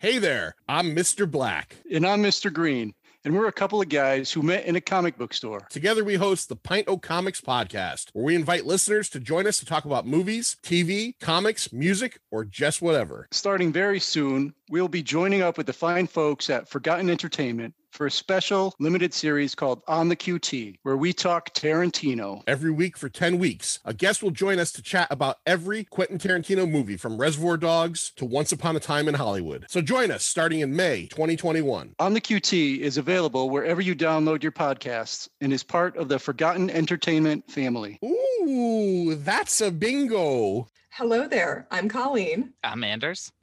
Hey there, I'm Mr. Black. And I'm Mr. Green. And we're a couple of guys who met in a comic book store. Together, we host the Pint O Comics podcast, where we invite listeners to join us to talk about movies, TV, comics, music, or just whatever. Starting very soon, we'll be joining up with the fine folks at Forgotten Entertainment for a special limited series called On the QT, where we talk Tarantino. Every week for 10 weeks, a guest will join us to chat about every Quentin Tarantino movie from Reservoir Dogs to Once Upon a Time in Hollywood. So join us starting in May 2021. On the QT is available wherever you download your podcasts and is part of the Forgotten Entertainment family. Ooh, that's a bingo. Hello there. I'm Colleen. I'm Anders.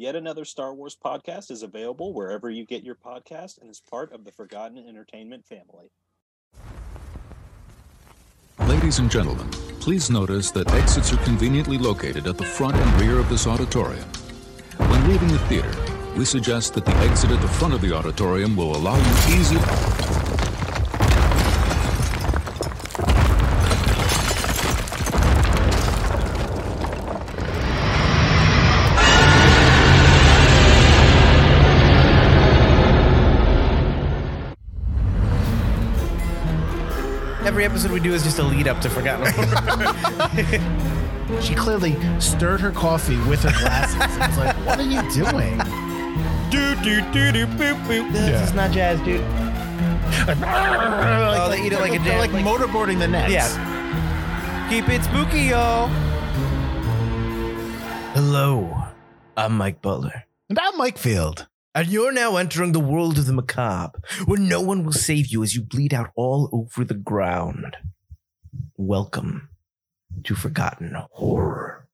Yet another Star Wars podcast is available wherever you get your podcast and is part of the Forgotten Entertainment family. Ladies and gentlemen, please notice that exits are conveniently located at the front and rear of this auditorium. When leaving the theater, we suggest that the exit at the front of the auditorium will allow you easy. Every episode we do is just a lead up to Forgotten. She clearly stirred her coffee with her glasses. I was like, what are you doing? do do do do boop boop. This is not jazz, dude. oh, they eat it like a They're jam. like motorboarding the nets. yeah. Keep it spooky, y'all. Hello, I'm Mike Butler. And I'm Mike Field. And you're now entering the world of the macabre, where no one will save you as you bleed out all over the ground. Welcome to Forgotten Horror.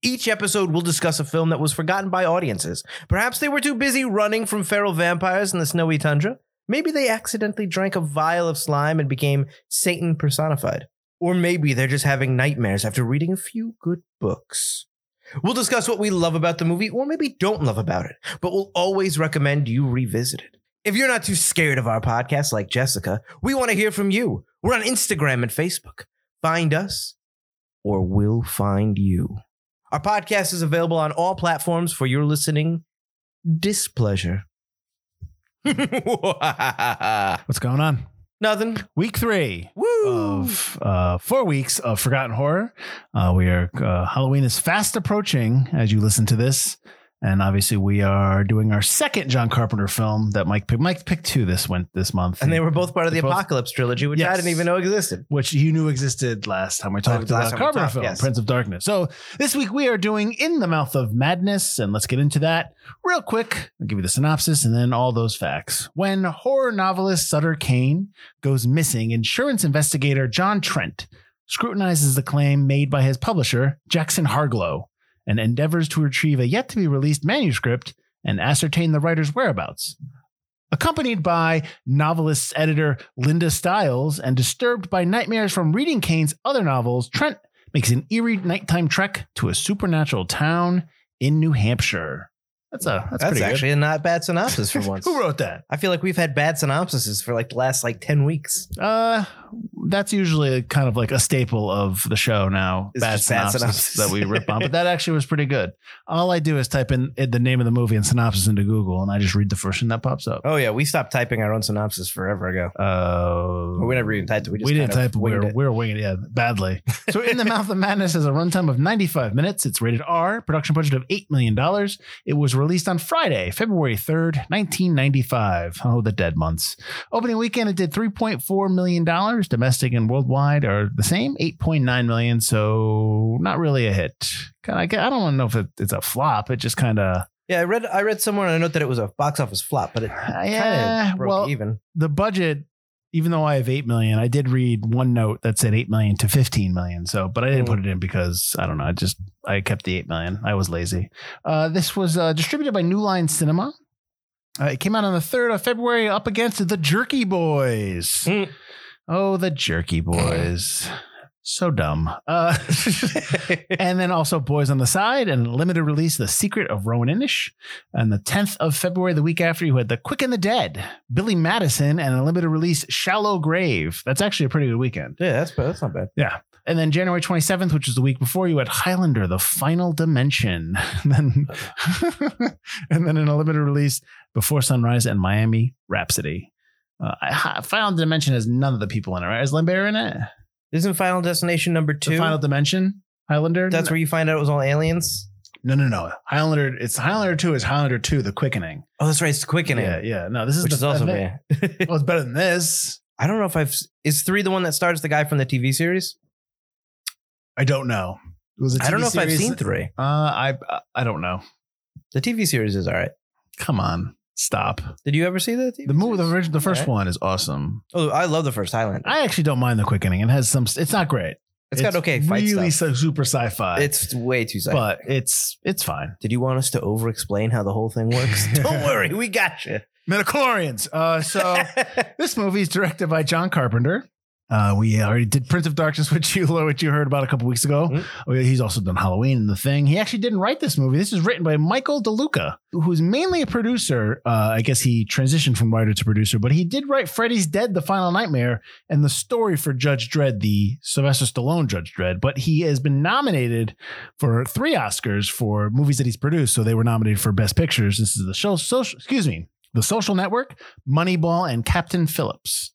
Each episode will discuss a film that was forgotten by audiences. Perhaps they were too busy running from feral vampires in the snowy tundra. Maybe they accidentally drank a vial of slime and became Satan personified. Or maybe they're just having nightmares after reading a few good books. We'll discuss what we love about the movie or maybe don't love about it, but we'll always recommend you revisit it. If you're not too scared of our podcast like Jessica, we want to hear from you. We're on Instagram and Facebook. Find us or we'll find you. Our podcast is available on all platforms for your listening displeasure. Nothing. What's going on? Week three Woo! of uh, four weeks of Forgotten Horror. Uh, we are uh, Halloween is fast approaching as you listen to this, and obviously we are doing our second John Carpenter film that Mike picked. Mike picked two this went this month, and they were both part of the Both- Apocalypse trilogy, which I Yes. didn't even know existed. which you knew existed last time we talked Last about time we Carpenter talked, film, yes. Prince of Darkness. So this week we are doing In the Mouth of Madness, and let's get into that real quick. I'll give you the synopsis and then all those facts. When horror novelist Sutter Kane goes missing, insurance investigator John Trent scrutinizes the claim made by his publisher, Jackson Harglow, and endeavors to retrieve a yet to be released manuscript and ascertain the writer's whereabouts. Accompanied by novelists editor Linda Stiles and disturbed by nightmares from reading Kane's other novels, Trent makes an eerie nighttime trek to a supernatural town in New Hampshire. That's a that's, That's, pretty actually a not bad synopsis for once. good. Who wrote that? I feel like we've had bad synopsises for like the last like 10 weeks. Uh, that's usually kind of like a staple of the show now. It's just bad synopsis. that we rip on, but that actually was pretty good. All I do is type in it- the name of the movie and synopsis into Google, and I just read the first thing that pops up. Oh yeah, we stopped typing our own synopsis forever ago. Uh, Or we never even typed it. We, just we didn't kind of type. We winged were, it. we were winging it, yeah, badly. So, In the Mouth of Madness has a runtime of 95 minutes. It's rated R, production budget of $8 million. It was released on Friday, February 3rd, 1995. Oh, the dead months. Opening weekend, it did $3.4 million. Domestic and worldwide are the same, $8.9 million. So, not really a hit. Kind of, I don't know if it, it's a flop. It just kind of. Yeah, I read I read somewhere and I note that it was a box office flop, but it kind Yeah, of broke well, even. the budget even though i have 8 million i did read one note that said 8 million to 15 million so but i didn't Mm. put it in because i don't know i just i kept the 8 million i was lazy uh, this was uh, distributed by new line cinema Uh, it came out on the 3rd of February up against the Jerky Boys. Mm. Oh, the Jerky Boys. So dumb. Uh, and then also Boys on the Side and limited release The Secret of Rowan Inish. And the 10th of February, the week after, you had The Quick and the Dead, Billy Madison, and a limited release Shallow Grave. That's actually a pretty good weekend. Yeah, that's that's not bad. And then January 27th, which is the week before, you had Highlander, The Final Dimension. And then, and then in a limited release, Before Sunrise and Miami Rhapsody. Uh, I- Hi- Final Dimension has none of the people in it, right? Is Lambert in it? Isn't Final Destination number The two? Final Dimension? Highlander? that's where you find out it was all aliens. No, no, no. Highlander, it's Highlander 2 is Highlander 2, The Quickening. Oh, that's right. It's quickening, Yeah, yeah. No, this is which the- is also I think- bad. Well, it's better than this. I don't know if I've is three the one that stars the guy from the TV series. I don't know. It was a I don't TV know if I've series- seen three. Uh, I I don't know. The TV series is all right. Come on, stop. Did you ever see the TV The movie, the, series? original, the first Alright. one is awesome. Oh, I love the first Highlander. I actually don't mind the quickening. It has some. It's not great. it's got okay fight really stuff. so super sci-fi. It's way too sci. but it's it's fine. Did you want us to over-explain how the whole thing works? don't worry, we got you. Metachlorians. Uh, so this movie is directed by John Carpenter. Uh, we already did Prince of Darkness with you, Laura, which you heard about a couple weeks ago. Mhm. Oh, yeah, He's also done Halloween and The Thing. He actually didn't write this movie. This is written by Michael DeLuca, who's mainly a producer. Uh, I guess he transitioned from writer to producer, but he did write Freddy's Dead, The Final Nightmare, and the story for Judge Dredd, the Sylvester Stallone Judge Dredd. But he has been nominated for three Oscars for movies that he's produced. So they were nominated for Best Pictures. This is the show, social, excuse me, The Social Network, Moneyball, and Captain Phillips.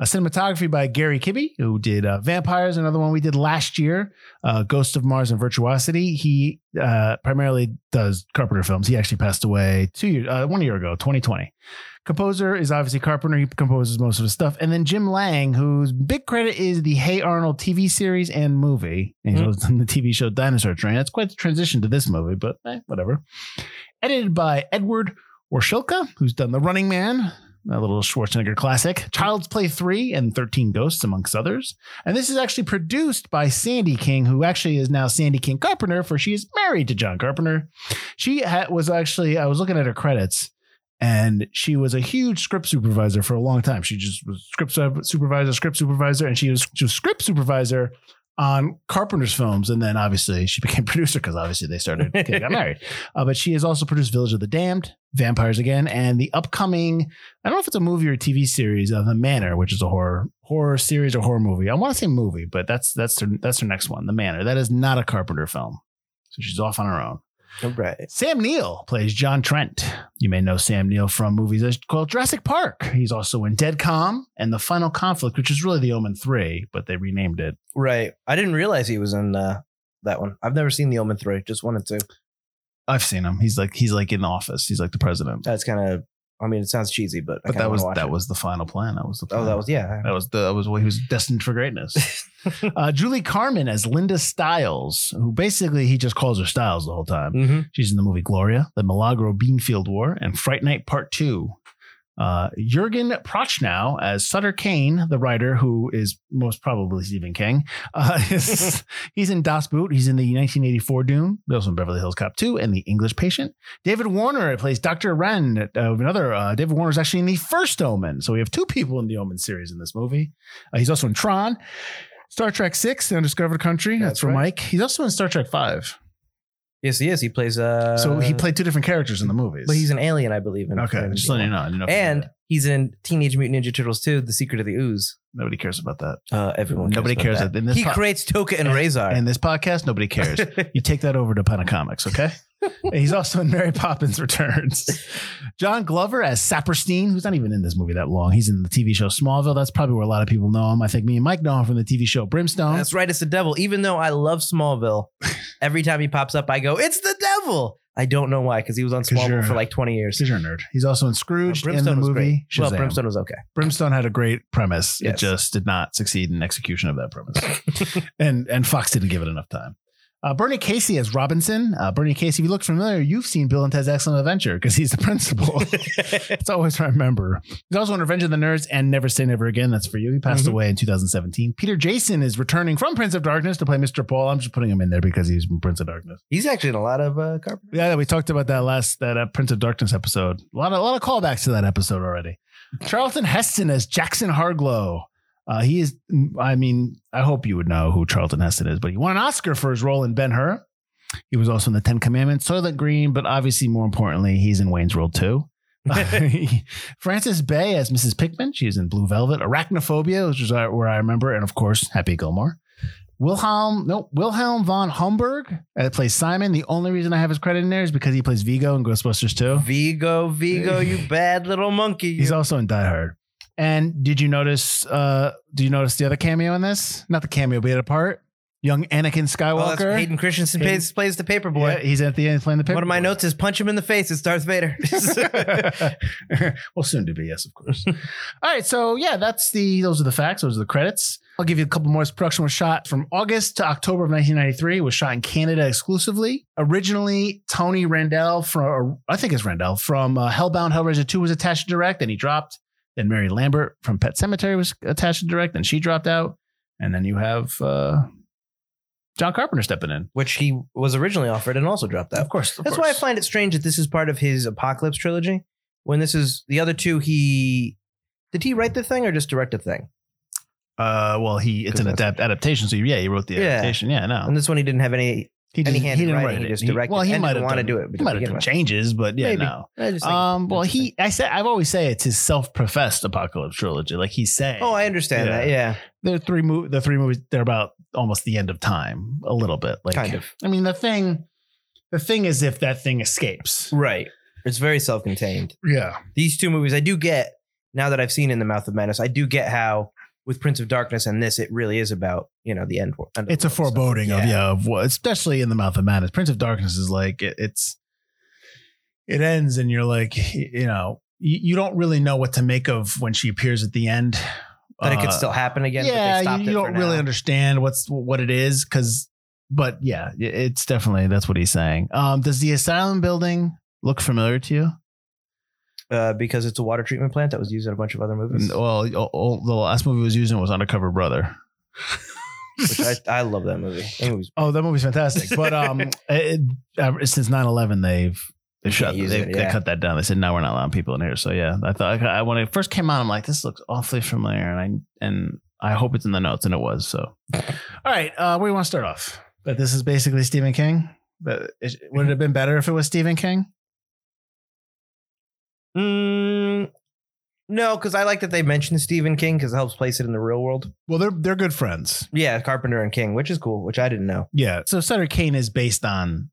A cinematography by Gary Kibbe, who did uh, Vampires, another one we did last year, uh, Ghost of Mars and Virtuosity. He uh, primarily does Carpenter films. He actually passed away two years, uh, one year ago, 2020. Composer is obviously Carpenter. He composes most of his stuff. And then Jim Lang, whose big credit is the Hey Arnold TV series and movie. And he's also on the TV show Dinosaur Train. That's quite the transition to this movie, but eh, whatever. Edited by Edward Orshilka, who's done The Running Man, a little Schwarzenegger classic, Child's Play 3, and 13 Ghosts, amongst others. And this is actually produced by Sandy King, who actually is now Sandy King Carpenter, for she is married to John Carpenter. She ha- was actually, I was looking at her credits, and she was a huge script supervisor for a long time. She just was script su- supervisor, script supervisor, and she was just script supervisor on Carpenter's films. And then obviously she became producer because obviously they started, they got married. Uh, but she has also produced Village of the Damned, Vampires Again, and the upcoming, I don't know if it's a movie or a TV series, of The Manor, which is a horror horror series or horror movie. I want to say movie, but that's that's her that's her next one, The Manor. That is not a Carpenter film. So she's off on her own. All right. Sam Neill plays John Trent. You may know Sam Neill from movies as- called Jurassic Park. He's also in Dead Calm and The Final Conflict, which is really The Omen 3, but they renamed it. Right. I didn't realize he was in uh, that one. I've never seen The Omen 3. Just wanted to. I've seen him. He's like he's like in office. He's like the president. That's kind of, I mean, it sounds cheesy, but, I But kinda that wanna was watch that it. was the final plan. That was the plan. Oh, that was, yeah. That was the that was what he was destined for greatness. uh, Julie Carmen as Linda Stiles, who basically he just calls her Stiles the whole time. Mm-hmm. She's in the movie Gloria, The Milagro Beanfield War, and Fright Night Part Two. Uh, Jurgen Prochnow as Sutter Kane, the writer who is most probably Stephen King. Uh, is- he's in Das Boot. He's in the 1984 Doom, He also in Beverly Hills Cop 2, and The English Patient. David Warner plays Dr. Wren. Uh, another uh, David Warner is actually in the first Omen, so we have two people in the Omen series in this movie. Uh, he's also in Tron, Star Trek Six, The Undiscovered Country. That's, That's for right. Mike. He's also in Star Trek Five. Yes, he is. He plays. Uh, so he played two different characters in the movies. But he's an alien, I believe. In okay. in Just the letting you one. know. I didn't know if you knew And that. he's in Teenage Mutant Ninja Turtles 2, The Secret of the Ooze. nobody cares about that. Uh, everyone cares. Nobody about cares That. that- in this he po- creates Toka and, And- Razor. In this podcast, nobody cares. you take that over to Pena Comics, okay? And he's also in Mary Poppins Returns. John Glover as Saperstein, who's not even in this movie that long. He's in the TV show Smallville. That's probably where a lot of people know him. I think me and Mike know him from the TV show Brimstone. That's right. It's the devil. Even though I love Smallville, every time he pops up, I go, "It's the devil." I don't know why, because he was on 'Cause you're- Smallville for like twenty years. He's a nerd. He's also in Uh, Scrooge in the Brimstone was movie. great. Well, Shazam. Brimstone was okay. Brimstone had a great premise. It Yes. just did not succeed in execution of that premise. and and Fox didn't give it enough time. Uh, Bernie Casey as Robinson. Uh, Bernie Casey, if you look familiar, you've seen Bill and Ted's Excellent Adventure because he's the principal. it's always what I remember. He's also in Revenge of the Nerds and Never Say Never Again. That's for you. He passed Mhm. away in 2017. Peter Jason is returning from Prince of Darkness to play Mr. Paul. I'm just putting him in there because he's from Prince of Darkness. He's actually in a lot of uh, carpet. Yeah, we talked about that last that uh, Prince of Darkness episode. A lot of a lot of callbacks to that episode already. Charlton Heston as Jackson Harglow. Uh, he is. I mean, I hope you would know who Charlton Heston is, but he won an Oscar for his role in Ben Hur. He was also in the Ten Commandments, Soylent Green, but obviously more importantly, he's in Wayne's World too. Frances Bay as Mrs. Pickman. She's in Blue Velvet, Arachnophobia, which is uh, where I remember, and of course, Happy Gilmore. Wilhelm, no, Wilhelm von Homburg uh, plays Simon. The only reason I have his credit in there is because he plays Vigo in Ghostbusters 2. Vigo, Vigo, you bad little monkey. you. He's also in Die Hard. And did you notice? Uh, did you notice the other cameo in this? Not the cameo, but the other part. Young Anakin Oh, that's- Skywalker. Hayden Christensen Hayden- Plays, plays the paper Yeah, boy. he's at the end playing the paper. One of my notes is punch him in the face. It's Darth Vader. well, soon to be, yes, of course. All right, so yeah, that's the those are the facts. Those are the credits. I'll give you a couple more. This production was shot from August to October of 1993. It was shot in Canada exclusively. Originally, Tony Randell from I think it's Randell from uh, Hellbound Hellraiser 2 was attached to direct, then he dropped. Then Mary Lambert from Pet Cemetery was attached to direct, and she dropped out. And then you have uh, John Carpenter stepping in. Which he was originally offered and also dropped out. Of course, of That's why I course. find it strange that this is part of his Apocalypse trilogy. When this is the other two, he did he write the thing or just direct the thing? Uh, well, he it's an Because that's- adapt, adaptation. So yeah, he wrote the Yeah. adaptation. Yeah, no, And this one he didn't have any. he, and he didn't- handed writing, he just directed well, he and might didn't have wanna done- do it, but He to might have begin done with. changes, but yeah, Maybe. no. I just think- Um, well, that's the he I said I've always say it's his self-professed apocalypse trilogy. Like he's saying, thing. Oh, I understand Yeah. that. Yeah, the three mov- the three movies they're about almost the end of time, a little bit. Like kind of. I mean, the thing, the thing is if that thing escapes. Right. It's very self-contained. Yeah, these two movies, I do get now that I've seen In the Mouth of Madness, I do get how with Prince of Darkness and this, it really is about you know the end. wor- end of it's the a world stuff. foreboding of yeah, of what, especially in the mouth of madness. Prince of Darkness is like it, it's it ends, and you're like, you know, you, you don't really know what to make of when she appears at the end. that it could Uh, still happen again. Yeah, but they stopped you, you it for don't really now. understand what's what it is because, but yeah, i- it's definitely that's what he's saying. Um, does the asylum building look familiar to you? uh, because it's a water treatment plant that was used in a bunch of other movies. Well, o- o- the last movie was using was Undercover Brother. Which I, I love that movie. That movie's Oh, that movie's fantastic. But um, it, uh, since 9-11, they've they shut use they, it, they yeah. cut that down. They said no, we're not allowing people in here. So yeah, I thought I, when it first came out, I'm like, this looks awfully familiar, and I and I hope it's in the notes, and it was. So, all right, uh, where do you want to start off? That this is basically Stephen King. That it- would it have been better if it was Stephen King? Mm, no, because I like that they mentioned Stephen King because it helps place it in the real world. Well, they're they're good friends. Yeah, Carpenter and King, which is cool, which I didn't know. Yeah. So Sutter Kane is based on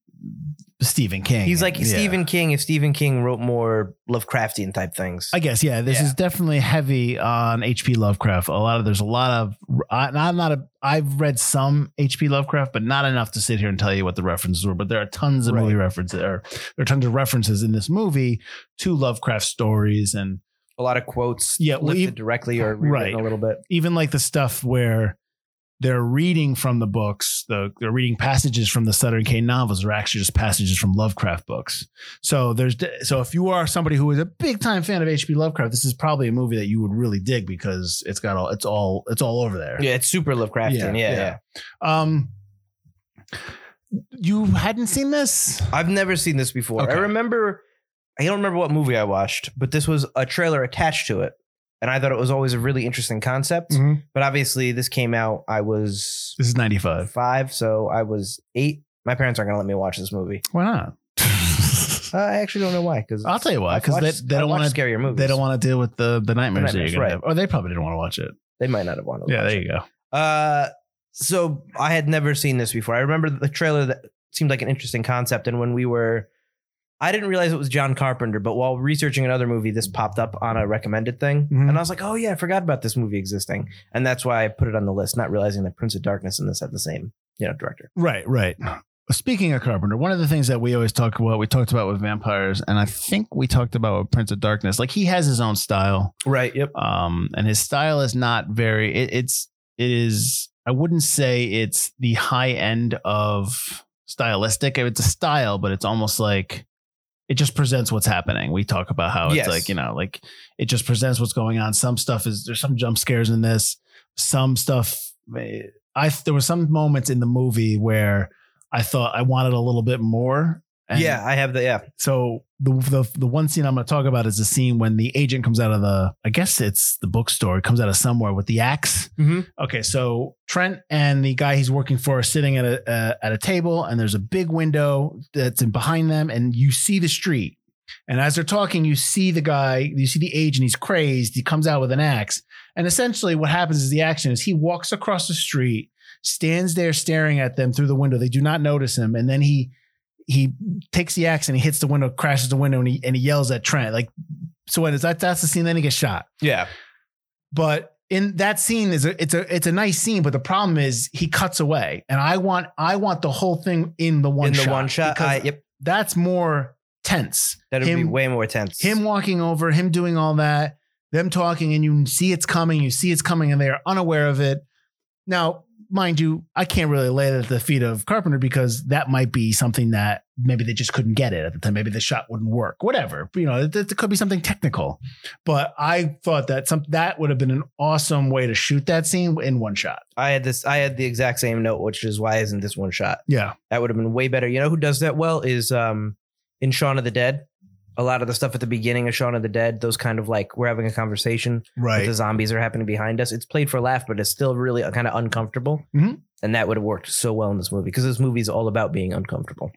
Stephen King. He's like Yeah. Stephen King if Stephen King wrote more Lovecraftian type things. I guess yeah. This Yeah. is definitely heavy on H.P. Lovecraft. A lot of there's a lot of I, and I'm not a I've read some H.P. Lovecraft, but not enough to sit here and tell you what the references were. But there are tons of Right. movie references. There, there are tons of references in this movie to Lovecraft stories and a lot of quotes Yeah, yeah, well, lifted ev- directly or Right. rewritten a little bit. even like the stuff where they're reading from the books, the, they're reading passages from the Sutter and Kane novels are actually just passages from Lovecraft books. So there's so if you are somebody who is a big time fan of H.P. Lovecraft, this is probably a movie that you would really dig because it's got all it's all it's all over there. Yeah, it's super Lovecraftian. Yeah, Yeah, yeah. yeah. Um, you hadn't seen this? I've never seen this before. I Okay. remember, I don't remember what movie I watched, but this was a trailer attached to it. And I thought it was always a really interesting concept. Mhm. But obviously, this came out, I was This is ninety five. five, so I was eight. My parents aren't going to let me watch this movie. Why not? Uh, I actually don't know why. Because I'll tell you why. Because they, they don't want to scarier movies. they don't want to deal with the the nightmares, that you're nightmares, gonna right. have. Or they probably didn't want to watch it. They might not have wanted. to Yeah, watch there it. you go. Uh, so I had never seen this before. I remember the trailer that seemed like an interesting concept, and when we were, I didn't realize it was John Carpenter, but while researching another movie, this popped up on a recommended thing, Mhm. and I was like, oh yeah, I forgot about this movie existing, and that's why I put it on the list, not realizing that Prince of Darkness and this had the same, you know, director. Right, right. Speaking of Carpenter, one of the things that we always talk about, we talked about with vampires, and I think we talked about with Prince of Darkness. Like he has his own style, Right. Yep. um, and his style is not very. It, it's it is I wouldn't say it's the high end of stylistic. It's a style, but it's almost like it just presents what's happening. We talk about how Yes. it's like, you know, like it just presents what's going on. Some stuff is there's some jump scares in this. Some stuff eh, I there were some moments in the movie where I thought I wanted a little bit more. And yeah, I have the yeah. so the, the the one scene I'm going to talk about is the scene when the agent comes out of the I guess it's the bookstore It comes out of somewhere with the ax Mhm. Okay, so Trent and the guy he's working for are sitting at a uh, at a table, and there's a big window that's in behind them, and you see the street. And as they're talking, you see the guy, you see the agent. He's crazed. He comes out with an axe, and essentially what happens is the action is he walks across the street, stands there staring at them through the window. They do not notice him, and then he he takes the axe and he hits the window, crashes the window, and he and he yells at Trent. Like, so when is that? That's the scene. Then he gets shot. Yeah. But in that scene is a, it's a it's a nice scene, but the problem is he cuts away, and I want I want the whole thing in the one in the shot one shot. because I, yep. that's more tense. That would be him- way more tense. Him walking over, him doing all that, them talking, and you see it's coming, you see it's coming, and they are unaware of it. Now, mind you, I can't really lay that at the feet of Carpenter because that might be something that maybe they just couldn't get it at the time. Maybe the shot wouldn't work, whatever. You know, it, it could be something technical. But I thought that some that would have been an awesome way to shoot that scene in one shot. I had this. I had the exact same note, which is why isn't this one shot? Yeah. That would have been way better. You know who does that well is um in Shaun of the Dead. A lot of the stuff at the beginning of Shaun of the Dead, those kind of like we're having a conversation, but Right. the zombies are happening behind us. It's played for laugh, but it's still really kind of uncomfortable. Mhm. And that would have worked so well in this movie because this movie is all about being uncomfortable.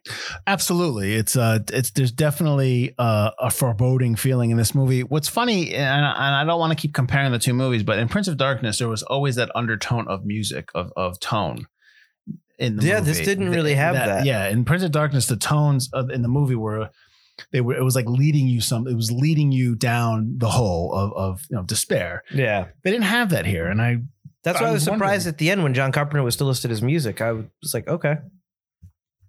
Absolutely, it's uh, it's there's definitely uh, a foreboding feeling in this movie. What's funny, and I, and I don't want to keep comparing the two movies, but in Prince of Darkness, there was always that undertone of music of of tone. In the Yeah, movie. eh, this didn't really have that. Yeah, in Prince of Darkness, the tones of, in the movie were they were it was like leading you some it was leading you down the hole of of you know despair. Yeah. They didn't have that here, and I That's why I I was, was surprised wondering. at the end when John Carpenter was still listed as music. I was like, okay.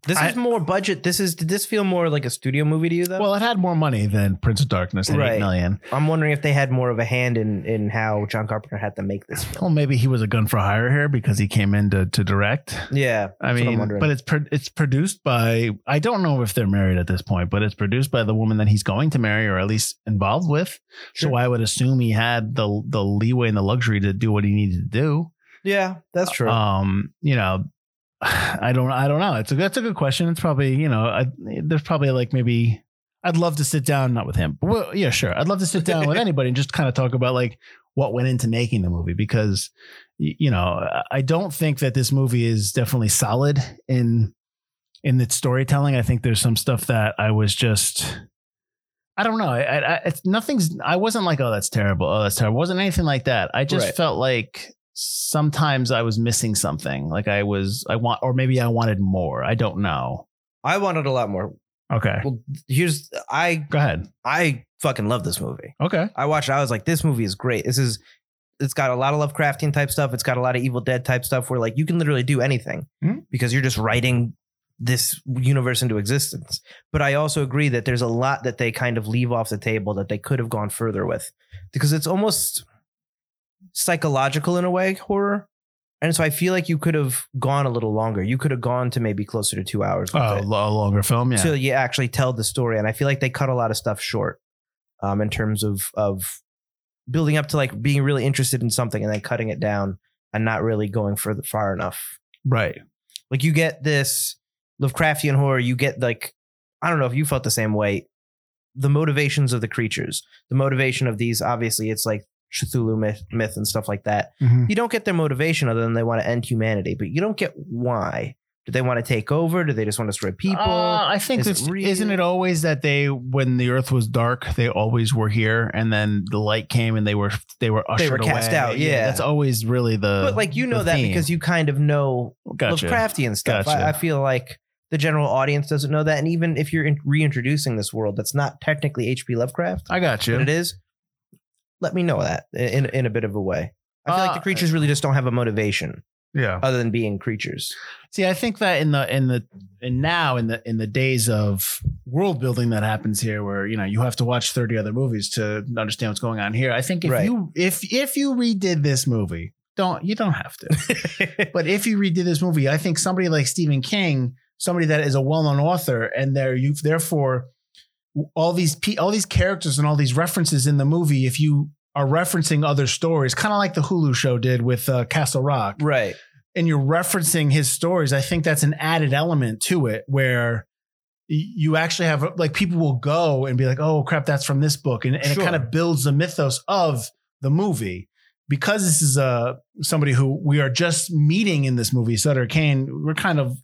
This I- is more budget. This is did this feel more like a studio movie to you though? well, it had more money than Prince of Darkness, and eight Right. million. I'm wondering if they had more of a hand in in how John Carpenter had to make this film. Well, maybe he was a gun for hire here because he came in to to direct. Yeah, that's I what I'm mean, wondering. but it's pro- it's produced by I don't know if they're married at this point, but it's produced by the woman that he's going to marry or at least involved with. So Sure. I would assume he had the the leeway and the luxury to do what he needed to do. yeah, that's true. Um, you know, I don't I don't know. It's a that's a good question. It's probably you know I, there's probably like maybe I'd love to sit down not with him, but well, yeah, sure. I'd love to sit down with anybody and just kind of talk about like what went into making the movie because y- you know I- I don't think that this movie is definitely solid in in its storytelling. I think there's some stuff that I was just. I don't know. I, I, I- it's nothing's. I wasn't like, oh, that's terrible. Oh, that's terrible. wasn't anything like that. I just Right. felt like sometimes I was missing something. Like I was, I want, or maybe I wanted more. I don't know. I wanted a lot more. Okay, Well, here's I go ahead. I fucking love this movie. Okay, I watched. it, I was like, this movie is great. This is. It's got a lot of Lovecraftian type stuff. It's got a lot of Evil Dead type stuff where like you can literally do anything Mhm. because you're just writing this universe into existence. But I also agree that there's a lot that they kind of leave off the table that they could have gone further with because it's almost psychological in a way horror. And so I feel like you could have gone a little longer. You could have gone to maybe closer to two hours. with oh, it a longer film. Yeah, till you actually tell the story. And I feel like they cut a lot of stuff short um, in terms of of building up to like being really interested in something and then cutting it down and not really going for the, far enough. right. Like you get this Lovecraftian horror, you get like I don't know if you felt the same way. The motivations of the creatures, the motivation of these, obviously, it's like Cthulhu myth, myth and stuff like that. Mhm. You don't get their motivation other than they want to end humanity, but you don't get why. Do they want to take over? Do they just want to destroy people? Uh, I think Is it this real? isn't it always that they, when the Earth was dark, they always were here, and then the light came, and they were they were ushered They were cast away? out, yeah. that's always really the. but like you know the that theme. because you kind of know gotcha. Lovecraftian stuff. Gotcha. I, I feel like the general audience doesn't know that, and even if you're in, reintroducing this world that's not technically H.P. Lovecraft, I got you. but it is, let me know that in in a bit of a way. I feel Uh, like the creatures really just don't have a motivation Yeah. other than being creatures. See, I think that in the in the and now in the in the days of world building that happens here, where you know you have to watch thirty other movies to understand what's going on here. I think if Right. you if if you redid this movie Don't you don't have to. But if you redo this movie, I think somebody like Stephen King, somebody that is a well-known author, and there you therefore all these pe- all these characters and all these references in the movie, if you are referencing other stories, kind of like the Hulu show did with uh, Castle Rock, right. and you're referencing his stories, I think that's an added element to it where y- you actually have like people will go and be like, oh crap, that's from this book. And, and Sure. it kind of builds the mythos of the movie. Because this is uh, somebody who we are just meeting in this movie, Sutter Kane, we're kind of,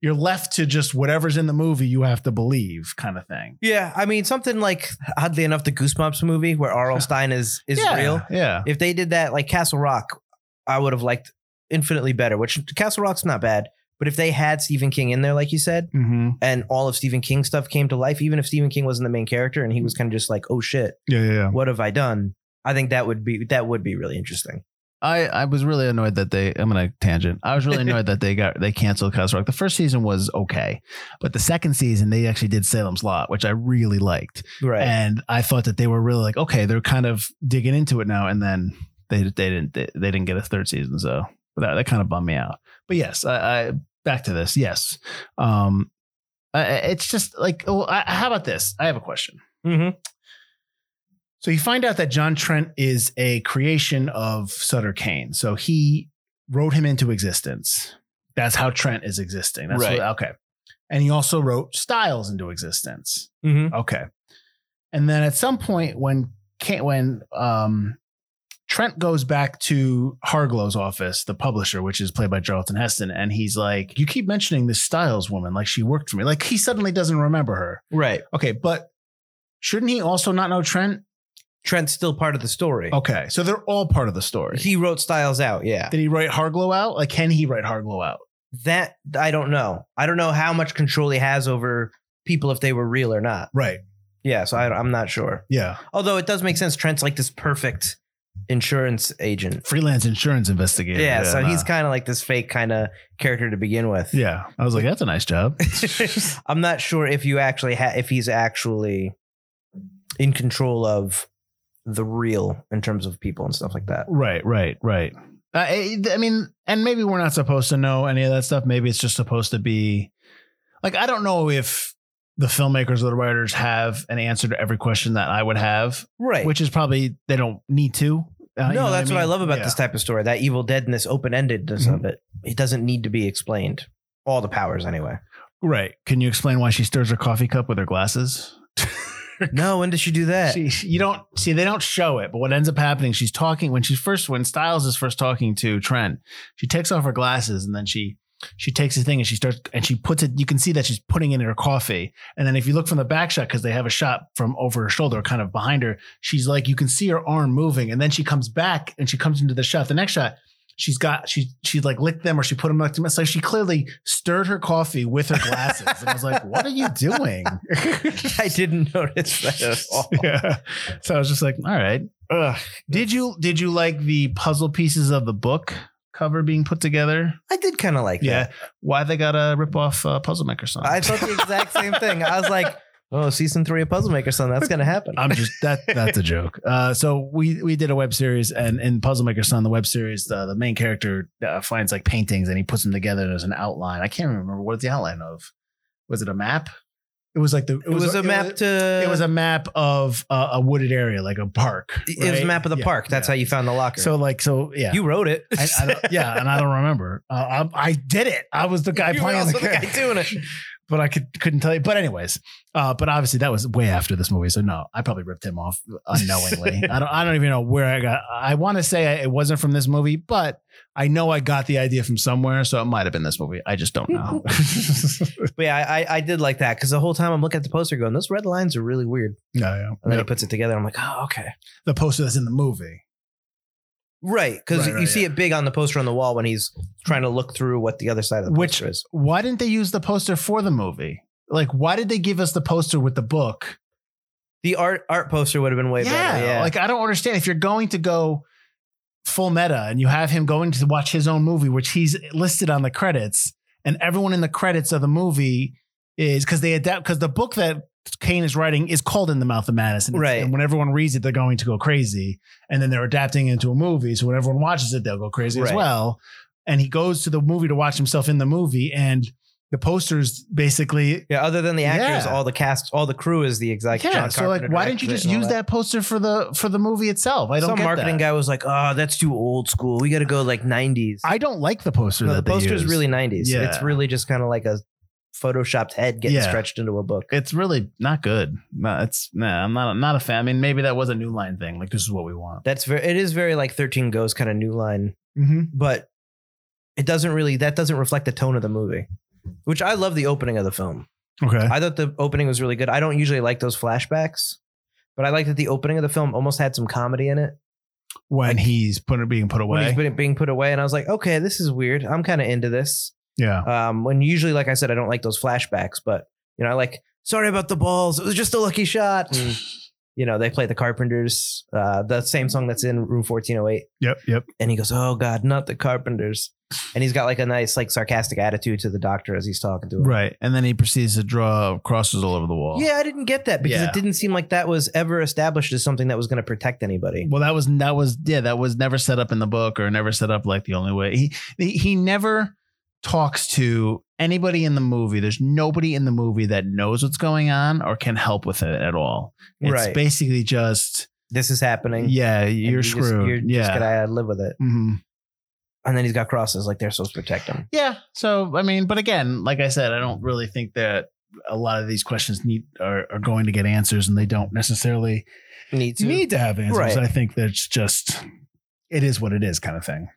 you're left to just whatever's in the movie you have to believe kind of thing. Yeah, I mean something like oddly enough the Goosebumps movie where R.L. Stein is is yeah, real. Yeah. If they did that like Castle Rock, I would have liked infinitely better, which Castle Rock's not bad, but if they had Stephen King in there like you said, Mm-hmm. and all of Stephen King stuff came to life, even if Stephen King wasn't the main character and he was kind of just like, "Oh shit, Yeah, yeah, yeah. what have I done?" I think that would be that would be really interesting. I, I was really annoyed that they I'm gonna tangent. I was really annoyed that they got they canceled Castle Rock. The first season was okay, but the second season they actually did Salem's Lot, which I really liked, Right. and I thought that they were really like okay, they're kind of digging into it now, and then they they didn't they, they didn't get a third season, so that that kind of bummed me out. But yes, I, I back to this. Yes, um, I, I- it's just like oh, I, how about this? I have a question. Mhm. So you find out that John Trent is a creation of Sutter Kane. So he wrote him into existence. That's how Trent is existing. That's Right. what- okay. And he also wrote Styles into existence. Mhm. Okay. And then at some point when Kane, when um Trent goes back to Harglow's office, the publisher, which is played by Charlton Heston, and he's like, "You keep mentioning this Styles woman, like she worked for me." Like he suddenly doesn't remember her. Right. Okay, but shouldn't he also not know Trent? Trent's still part of the story. Okay, so they're all part of the story. He wrote Styles out. Yeah. Did he write Harglow out? Like, can he write Harglow out? That I don't know. I don't know how much control he has over people if they were real or not. Right. Yeah. So I, I'm not sure. Yeah. Although it does make sense. Trent's like this perfect insurance agent. Freelance insurance Yeah. investigator. so nah. he's kind of like this fake kind of character to begin with. Yeah. I was like, that's a nice job. I'm not sure if you actually ha- if he's actually in control of the real in terms of people and stuff like that. right. Right. Right. Uh, I, I mean, and maybe we're not supposed to know any of that stuff. Maybe it's just supposed to be like, I don't know if the filmmakers or the writers have an answer to every question that I would have, Right. Which which is probably they don't need to. Uh, you no, know that's what I, mean? love about Yeah. Mm-hmm. this type of story. That evil deadness, open endedness of it. It doesn't need to be explained. All the powers anyway. Right. Can you explain why she stirs her coffee cup with her glasses? No, when did she do that? She, she- you don't see they don't show it, but what ends up happening, she's talking when she's first when Styles is first talking to Trent, she takes off her glasses and then she she takes the thing and she starts and she puts it. You can see that she's putting it in her coffee. And then if you look from the back shot, because they have a shot from over her shoulder, kind of behind her, she's like you can see her arm moving. And then she comes back and she comes into the shot. The next shot, she's got she she like licked them or she put them back to me. So she clearly stirred her coffee with her glasses. and I was like, what are you doing? I didn't notice that at all. yeah. So I was just like, all right. Ugh. Did you did you like the puzzle pieces of the book cover being put together? I did kind of like Yeah. that. Why they got a rip off uh, puzzle maker song? I thought the exact same thing. I was like, oh, season three of Puzzle Maker, son, that's gonna happen. I'm just that that's a joke. Uh, so we we did a web series, and in Puzzle Maker Son, the web series, uh, the main character uh, finds like paintings and he puts them together as an outline. I can't remember what the outline of. Was it a map? It was like the it was, a map to It was a map of uh, a wooded area, like a park. it was a right? map of the Yeah, park. That's yeah. how you found the locker. So like so yeah. you wrote it. I, I don't, yeah, and I don't remember. Uh, I, I did it. I was the guy You were playing also the guy character. doing it. but I could couldn't tell you. But anyways, uh, but obviously that was way after this movie, so no, I probably ripped him off unknowingly. I don't. I don't even know where I got. I want to say it wasn't from this movie, but I know I got the idea from somewhere, so it might have been this movie. I just don't know. But yeah, I, I- I did like that because the whole time I'm looking at the poster going, those red lines are really weird. no, And then Yep. he puts it together. I'm like, oh, okay. the poster that's in the movie. Right. Because Right, you right, see yeah. it big on the poster on the wall when he's trying to look through what the other side of the Which- poster is. Why didn't they use the poster for the movie? Like, why did they give us the poster with the book? The art art poster would have been way better. Yeah. Like I don't understand if you're going to go full meta and you have him going to watch his own movie, which he's listed on the credits, and everyone in the credits of the movie is because they adapt because the book that Kane is writing is called In the Mouth of Madness. And, it's- Right. and when everyone reads it, they're going to go crazy. And then they're adapting it into a movie. So when everyone watches it, they'll go crazy as Right. well. And he goes to the movie to watch himself in the movie. And the posters basically Yeah, other than the actors, Yeah. all the cast, all the crew is the exact. yeah, John so like, Carpenter why didn't you directed it just and all use that. poster for the for the movie itself? I don't Some get marketing that. guy was like, "Oh, that's too old school. We got to go like '90s." I don't like the poster. no, the that they poster is used. really '90s. Yeah. It's really just kind of like a photoshopped head getting Yeah. stretched into a book. It's really not good. No, it's nah, I'm not not a fan. I mean, maybe that was a new line thing. Like this is what we want. That's very. It is very like Thirteen Ghosts kind of new line, Mm-hmm. but it doesn't really. That doesn't reflect the tone of the movie. Which I love the opening of the film. Okay. I thought the opening was really good. I don't usually like those flashbacks, but I like that the opening of the film almost had some comedy in it. When he's put being put when away. he's been, being put away. And I was like, okay, this is weird. I'm kind of into this. yeah. Um, when usually, like I said, I don't like those flashbacks, but you know, I like, sorry about the balls. It was just a lucky shot. And, Mm. you know, they play the Carpenters, uh, the same song that's in Room 1408. Yep. Yep. And he goes, oh God, not the Carpenters. And he's got like a nice, like sarcastic attitude to the doctor as he's talking to him. Right. And then he proceeds to draw crosses all over the wall. Yeah, I didn't get that because Yeah. it didn't seem like that was ever established as something that was going to protect anybody. Well, that was that was yeah, that was never set up in the book or never set up like the only way. He he, he never talks to anybody in the movie. There's nobody in the movie that knows what's going on or can help with it at all. It's Right. basically just This is happening. yeah, and you're you just- screwed. you're Mm-hmm. yeah. just going to live with it. Mhm. and then he's got crosses like they're supposed to protect him. Yeah. So I mean, but again, like I said, I don't really think that a lot of these questions need are, are going to get answers, and they don't necessarily Need to. need to have answers. Right. I think that's just it is what it is kind of thing.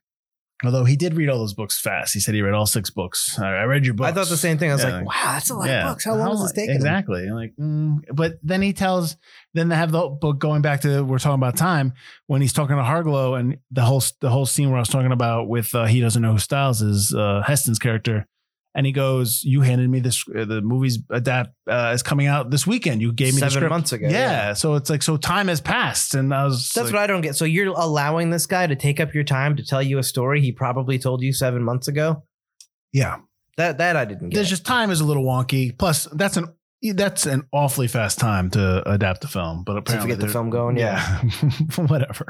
Although he did read all those books fast. He said he read all six books. I, I read your books. I thought the same thing. I was Yeah, like, like- wow, that's a lot Yeah. of books. How long is this taking? him? Exactly. Like, mm. but then he tells. Then they have the whole book going back to we're talking about time when he's talking to Harglow and the whole the whole scene where I was talking about with uh, he doesn't know who Styles is uh, Heston's character, and he goes, "You handed me this. Uh, the movie's adapt uh, is coming out this weekend. You gave me the Seven script. months ago. yeah. So it's like so time has passed, and I was That's like, what I don't get. So you're allowing this guy to take up your time to tell you a story he probably told you seven months ago. yeah. That that I didn't get. There's just time is a little wonky. Plus, that's an that's an awfully fast time to adapt the film. But apparently, get the they're- film going, yeah. whatever.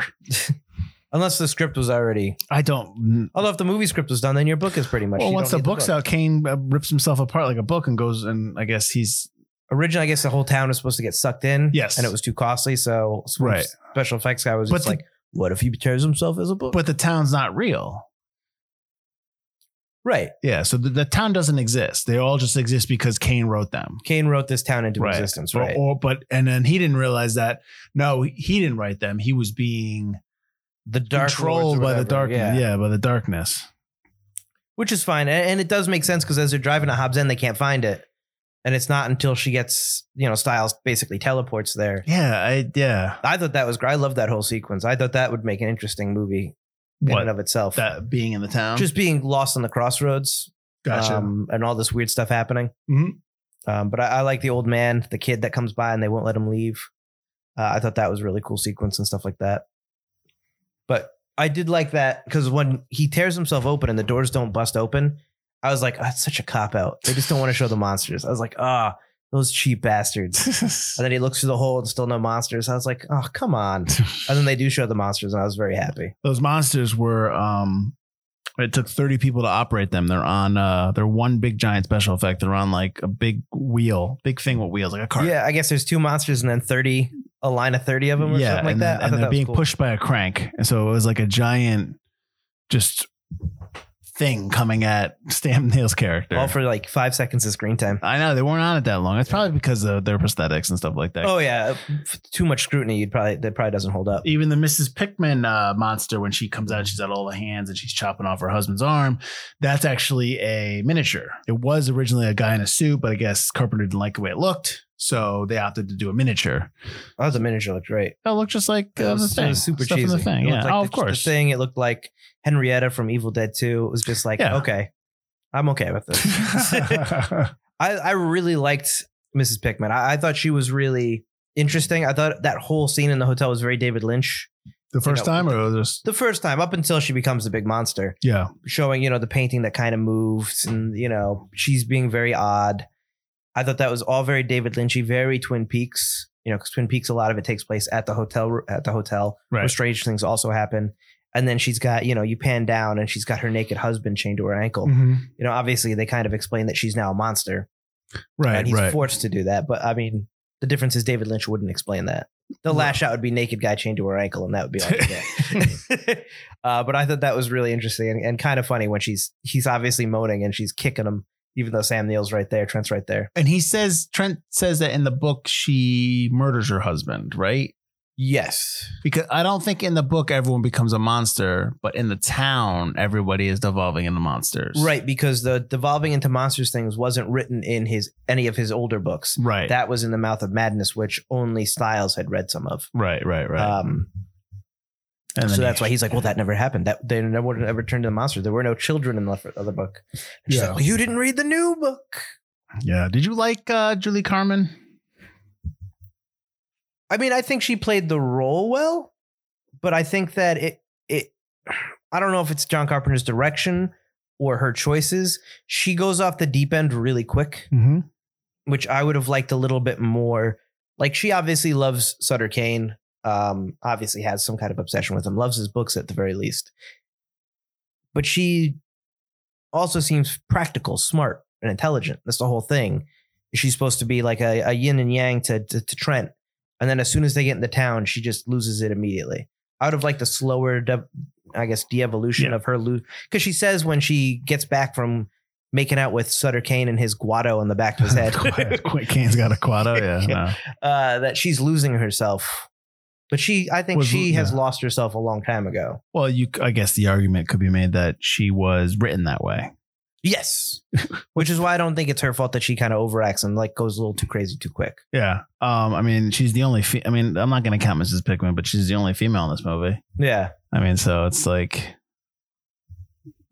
Unless the script was already. I don't. Although if the movie script was done, then your book is pretty much. Well, you once the don't need book's book. out, Kane uh, rips himself apart like a book and goes, and I guess he's originally, I guess the whole town was supposed to get sucked in. Yes. and it was too costly, so some Right. Special effects guy was But just the- like, "What if he tears himself as a book?" but the town's not real. right, Yeah, so the, the town doesn't exist. They all just exist because Kane wrote them. Kane wrote this town into Right. existence. Or- Right, Or, but and then he didn't realize that. No, he didn't write them. He was being the dark Lords or controlled by the whatever, darkness. yeah, by the darkness. which is fine, and and it does make sense because as they're driving to Hobbs End, they can't find it, and it's not until she gets you know Styles basically teleports there. Yeah, I yeah. I thought that was great. I love that whole sequence. I thought that would make an interesting movie in What and of itself. that being in the town? Just being lost on the crossroads, gotcha. um, and all this weird stuff happening. Mhm. Um, but I, I like the old man, the kid that comes by and they won't let him leave. Uh, I thought that was a really cool sequence and stuff like that. But I did like that because when he tears himself open and the doors don't bust open, I was like, oh, that's such a cop out. They just don't want to show the monsters. I was like, ah, those cheap bastards. And then he looks through the hole and still no monsters. I was like, oh, come on. And then they do show the monsters, and I was very happy. Those monsters were. um It took thirty people to operate them. They're on. uh They're one big giant special effect. They're on like a big wheel, big thing with wheels, like a car. Yeah, I guess there's two monsters and then 30, a line of 30 of them or something like and that. then- I thought and that they're was being cool. pushed by a crank, and so it was like a giant, just thing coming at Stan Neal's character. All for like five seconds of screen time. I know they weren't on it that long. It's probably because of their prosthetics and stuff like that. Oh yeah, F- too much scrutiny. You'd probably that probably doesn't hold up. Even the Mrs. Pickman uh, monster, when she comes out, she's got all the hands and she's chopping off her husband's arm. That's actually a miniature. It was originally a guy in a suit, but I guess Carpenter didn't like the way it looked, so they opted to do a miniature. Oh, the miniature looked great. It looked just like uh, It was, the thing, it was super stuff cheesy. From the thing, It looked yeah. like oh, the- of course. The thing. It looked like Henrietta from Evil Dead Two. It was just like Yeah. okay, I'm okay with this. I I really liked Mrs. Pickman. I, I thought she was really interesting. I thought that whole scene in the hotel was very David Lynch. the first know, time, or it was just The first time, up until she becomes the big monster, yeah. showing you know the painting that kind of moves, and you know she's being very odd. I thought that was all very David Lynchy, very Twin Peaks. You know, because Twin Peaks, a lot of it takes place at the hotel at the hotel where Right. strange things also happen. And then she's got, you know, you pan down and she's got her naked husband chained to her ankle. Mhm. You know, obviously they kind of explain that she's now a monster Right. and he's right. forced to do that. But I mean, the difference is David Lynch wouldn't explain that. The No. lash out would be naked guy chained to her ankle, and that would be all. you get. uh, but I thought that was really interesting and, and kind of funny when she's he's obviously moaning and she's kicking him, even though Sam Neill's right there, Trent's right there. and he says Trent says that in the book she murders her husband, right? Yes, Because I don't think in the book everyone becomes a monster, but in the town everybody is devolving into monsters. right, because the devolving into monsters things wasn't written in his any of his older books. Right. That was in the Mouth of Madness, which only Styles had read some of. right, right, right. Um, and so then that's why he's like, well, that never happened. That they never ever turned to the monster. There were no children in the f- other book. And she's Yeah. like, well, you didn't read the new book. Yeah. Did you like uh, Julie Carmen? I mean, I think she played the role well, but I think that it it I don't know if it's John Carpenter's direction or her choices. She goes off the deep end really quick, Mm-hmm. which I would have liked a little bit more. Like she obviously loves Sutter Kane. Um, obviously has some kind of obsession with him. Loves his books at the very least. But she also seems practical, smart, and intelligent. That's the whole thing. She's supposed to be like a, a yin and yang to, to to Trent, and then as soon as they get into town, she just loses it immediately. I would have liked a slower, de- I guess, de-evolution Yeah. of her lose because she says when she gets back from making out with Sutter Kane and his guado on the back of his head, Quick Kane's got a quado. Yeah. no. uh, that she's losing herself. But she, I think Was- she has yeah. lost herself a long time ago. Well, you. I guess the argument could be made that she was written that way. Yes, which is why I don't think it's her fault that she kind of overacts and like goes a little too crazy too quick. Yeah. Um. I mean, she's the only. Fe- I mean, I'm not going to count Mrs. Pickman, but she's the only female in this movie. Yeah, I mean, so it's like,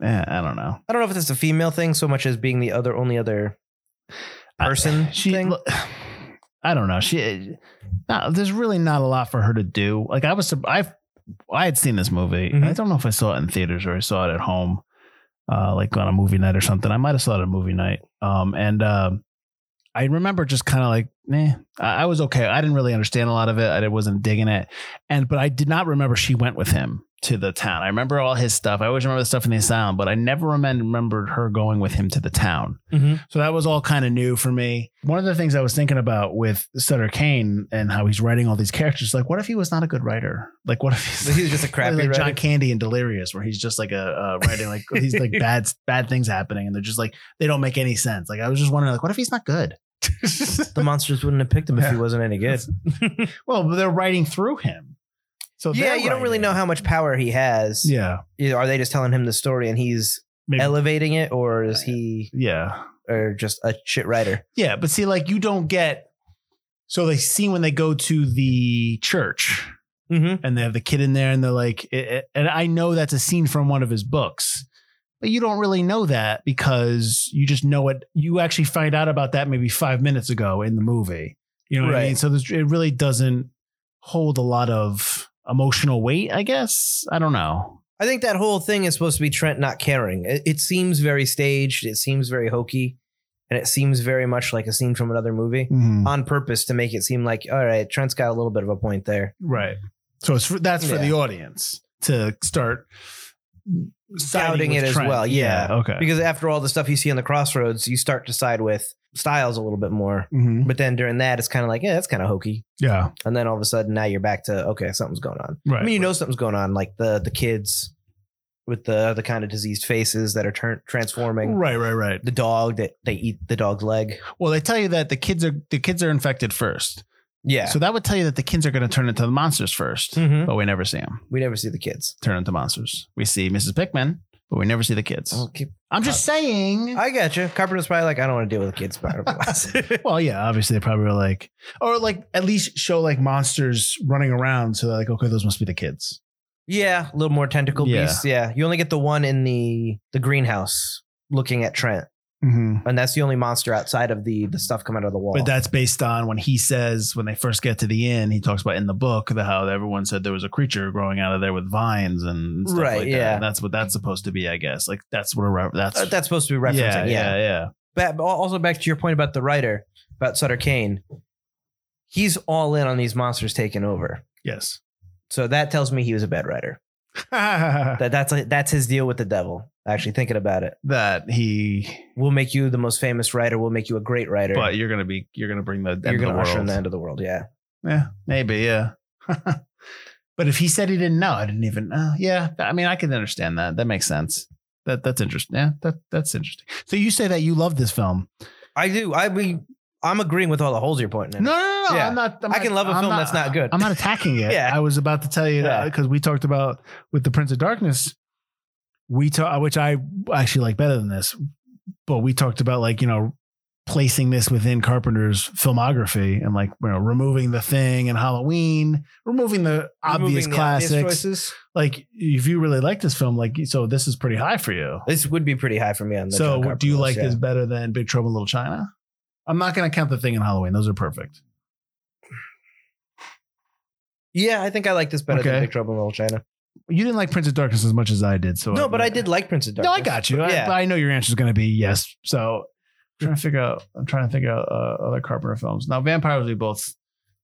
eh, I don't know. I don't know if it's a female thing so much as being the other only other person I, she, thing. look, I don't know. She, no, there's really not a lot for her to do. Like I was, sur- I, I had seen this movie. Mhm. I don't know if I saw it in theaters or I saw it at home, uh, like on a movie night or something. I might have saw it at a movie night. Um, and um, I remember just kind of like, eh, I, I was okay. I didn't really understand a lot of it. I wasn't digging it. And but I did not remember she went with him to the town. I remember all his stuff. I always remember the stuff in the asylum, but I never remem- remembered her going with him to the town. Mhm. So that was all kind of new for me. One of the things I was thinking about with Sutter Kane and how he's writing all these characters, like what if he was not a good writer? Like what if he's, He's just a crappy like John writer? Candy and Delirious, where he's just like a uh, writing like he's like bad bad things happening, and they're just like they don't make any sense. Like I was just wondering, like what if he's not good? the monsters wouldn't have picked him if he Yeah. wasn't any good. well, but they're writing through him. So yeah, they're you don't really writing. know how much power he has. Yeah, You know, Are they just telling him the story and he's maybe elevating it, or is he Yeah. or just a shit writer? Yeah. But see, like you don't get so they see when they go to the church Mm-hmm. and they have the kid in there and they're like eh, eh, and I know that's a scene from one of his books. But you don't really know that because you just know it you actually find out about that maybe five minutes ago in the movie. You know what I Right. mean? So there's, it really doesn't hold a lot of emotional weight, I guess. I don't know. I think that whole thing is supposed to be Trent not caring. It, it seems very staged. It seems very hokey, and it seems very much like a scene from another movie on purpose to make it seem like all right, Trent's got a little bit of a point there. Right. So it's for, that's for Yeah. the audience to start siding Doubting with it as Trent. well, yeah. Okay. Because after all the stuff you see on the crossroads, you start to side with Styles a little bit more. Mhm. But then during that, it's kind of like, yeah, that's kind of hokey. Yeah. And then all of a sudden, now you're back to okay, something's going on. Right. I mean, you know something's going on, like the the kids with the the kind of diseased faces that are turn transforming. Right. Right. Right. The dog that they eat the dog's leg. Well, they tell you that the kids are the kids are infected first. Yeah. So that would tell you that the kids are going to turn into the monsters 1st Mhm. But we never see them we never see the kids. turn into monsters. We see Mrs. Pickman, but we never see the kids. Okay. I'm just saying. Oh, I gotcha. Carpenter's probably like, I don't want to deal with kids. Blah, blah, blah. well, yeah, obviously they probably were like, or like at least show like monsters running around. So they're like, okay, those must be the kids. yeah, a little more tentacle Yeah. beast. Yeah, you only get the one in the the greenhouse looking at Trent, Mm-hmm. and that's the only monster outside of the the stuff coming out of the wall. But that's based on when he says when they first get to the inn, he talks about in the book the how everyone said there was a creature growing out of there with vines and stuff Right, like that. yeah. And that's what that's supposed to be, I guess. Like that's what a re- that's Uh, that's supposed to be yeah, referencing. Yeah, yeah, yeah. But also back to your point about the writer about Sutter Kane, he's all in on these monsters taking over. Yes. So that tells me he was a bad writer. That that's that's his deal with the devil. Actually, thinking about it, that he, we'll make you the most famous writer. We'll make you a great writer. but you're gonna be, you're gonna bring the end you're of the going to world. usher in the end of the world. Yeah. Yeah, maybe. Yeah. but if he said he didn't know, I didn't even. Uh, yeah, I mean, I can understand that. That makes sense. That that's interesting. Yeah, that that's interesting. So you say that you love this film? I do. I mean, I'm agreeing with all the holes you're pointing at. No, no, no. no, Yeah. I'm not. I'm I can not- love a I'm film that's not good. I'm not attacking it. Yeah. I was about to tell you that Yeah. because we talked about with the Prince of Darkness. We talk, which I actually like better than this, but we talked about like you know placing this within Carpenter's filmography and like you know removing the thing and Halloween, removing the obvious Removing the obvious classics. choices. like if you really like this film, like so this is pretty high for you. This would be pretty high for me on the. John So Carpenter do you list, like yeah. this better than Big Trouble in Little China? I'm not gonna count the thing in Halloween. Those are perfect. Yeah, I think I like this better Okay. than Big Trouble in Little China. You didn't like Prince of Darkness as much as I did. So No, but I did like Prince of No, Darkness. I got you. I, Yeah. but I know your answer is gonna be yes. So I'm trying to figure out. I'm trying to figure out uh, other Carpenter films. Now vampires, we both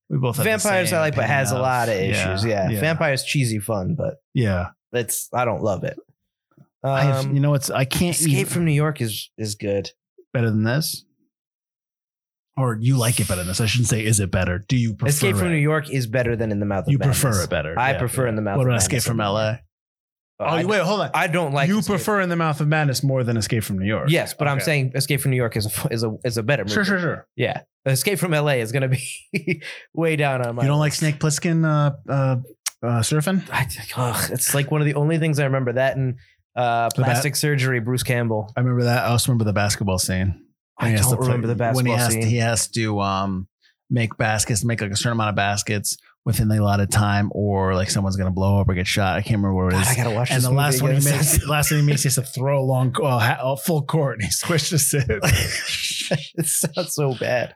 we both have the Vampires same I like, but opinion has a lot of issues. Yeah, yeah. Vampires cheesy fun, but yeah. it's I don't love it. Um, I have, you know what's I can't Escape even- from New York is is good. better than this. Or you like it better than this? I shouldn't say. Is it better? Do you prefer Escape from it? New York is better than In the Mouth of You Madness. prefer it better. I prefer In the Mouth of What about Madness. Escape from L.A.? Oh, you- I, wait, hold on. I don't like you Escape- prefer In the Mouth of Madness more than Escape from New York. Yes, but I'm Okay. saying Escape from New York is a is a is a better movie. sure, sure, sure. Yeah, Escape from L.A. is going to be way down on my. You don't like list. Snake Plissken uh, uh, uh, surfing? I, ugh, it's like one of the only things I remember that and uh, The Oh, bat- plastic surgery. Bruce Campbell. I remember that. I also remember the basketball scene. I When he has don't to play- remember the basketball when he has scene. To, he has to um, make baskets, make like a certain amount of baskets within the allotted time, or like someone's gonna blow up or get shot. I can't remember what it God, is. I gotta watch and this the movie last one he again. makes, the last one he makes, he has to throw a long, uh, ha- uh, full court, and he squishes it. it sounds so bad.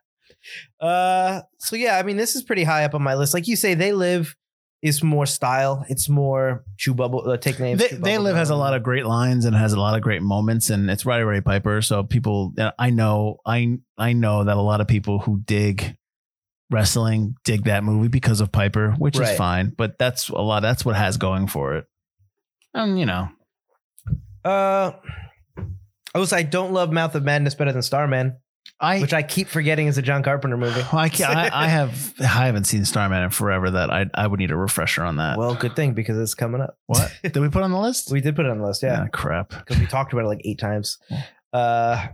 Uh, so yeah, I mean, this is pretty high up on my list. Like you say, they live is more style. It's more chew bubble. Uh, take names. they, chew they bubble live has a gum. lot of great lines and has a lot of great moments and it's Roddy Ray Piper so people I know I I know that a lot of people who dig wrestling dig that movie because of Piper which is Right. fine but that's a lot that's what has going for it and you know Uh, I will say I don't love Mouth of Madness better than Starman, I which I keep forgetting is a John Carpenter movie. well, I, can't, I I have I haven't seen Starman in forever that I I would need a refresher on that Well, good thing because it's coming up. Uh, what did we put on the list We did put it on the list, yeah, Ah, crap because we talked about it like eight times. Uh,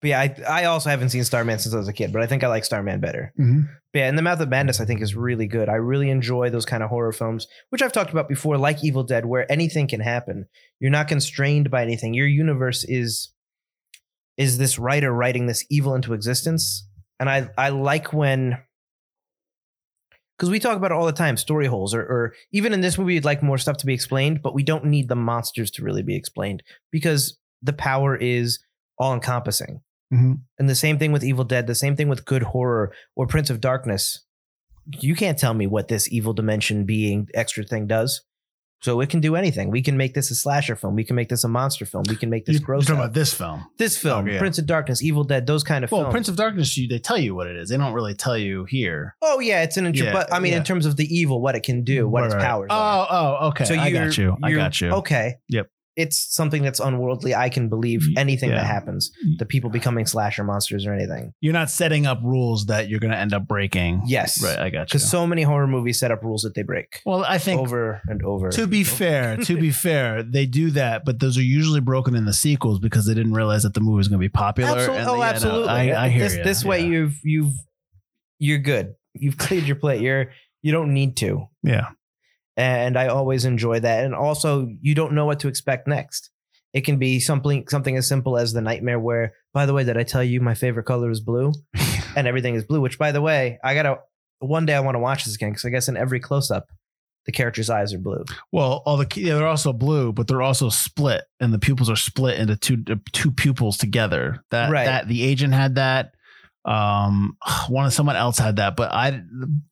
but yeah, I, I also haven't seen Starman since I was a kid, but I think I like Starman better. Mhm. But yeah, and The Mouth of Madness I think is really good. I really enjoy those kind of horror films, which I've talked about before, like Evil Dead, where anything can happen. You're not constrained by anything. Your universe is is this writer writing this evil into existence. And I I like when because we talk about it all the time, story holes, or, or even in this movie, you'd like more stuff to be explained, but we don't need the monsters to really be explained because the power is all encompassing. Mhm. And the same thing with Evil Dead, the same thing with good horror or Prince of Darkness. You can't tell me what this evil dimension being extra thing does. So it can do anything. We can make this a slasher film. We can make this a monster film. We can make this you, you're gross. talking out. about this film this film, Oh, yeah. Prince of Darkness, Evil Dead, those kind of well films. Prince of Darkness you, they tell you what it is they don't really tell you here oh yeah, it's an. Intro- Yeah, but I mean, yeah. in terms of the evil, what it can do, what its Right. powers. Oh, are. oh, okay. I got you're- you. I you're- got you. Okay. Yep. It's something that's unworldly. I can believe Y- anything yeah. that happens. The people becoming slasher monsters or anything. You're not setting up rules that you're going to end up breaking. Yes. Right. I got you. Because so many horror movies set up rules that they break well, I think over and over. to be fair, to be fair, they do that, but those are usually broken in the sequels because they didn't realize that the movie was going to be popular. Absolute- and oh, they- yeah, no, absolutely. I, I hear this you. this way, Yeah. you've you've you're good. You've cleared your plate. You're you don't need to. Yeah. and I always enjoy that. And also, you don't know what to expect next. It can be something something as simple as the nightmare where, by the way, did I tell you my favorite color is blue, and everything is blue? Which, by the way, I gotta one day I want to watch this again because I guess in every close up, the character's eyes are blue. Well, all the yeah, they're also blue, but they're also split, and the pupils are split into two uh, two pupils together. That Right. that the agent had that. Um, one of someone else had that, but I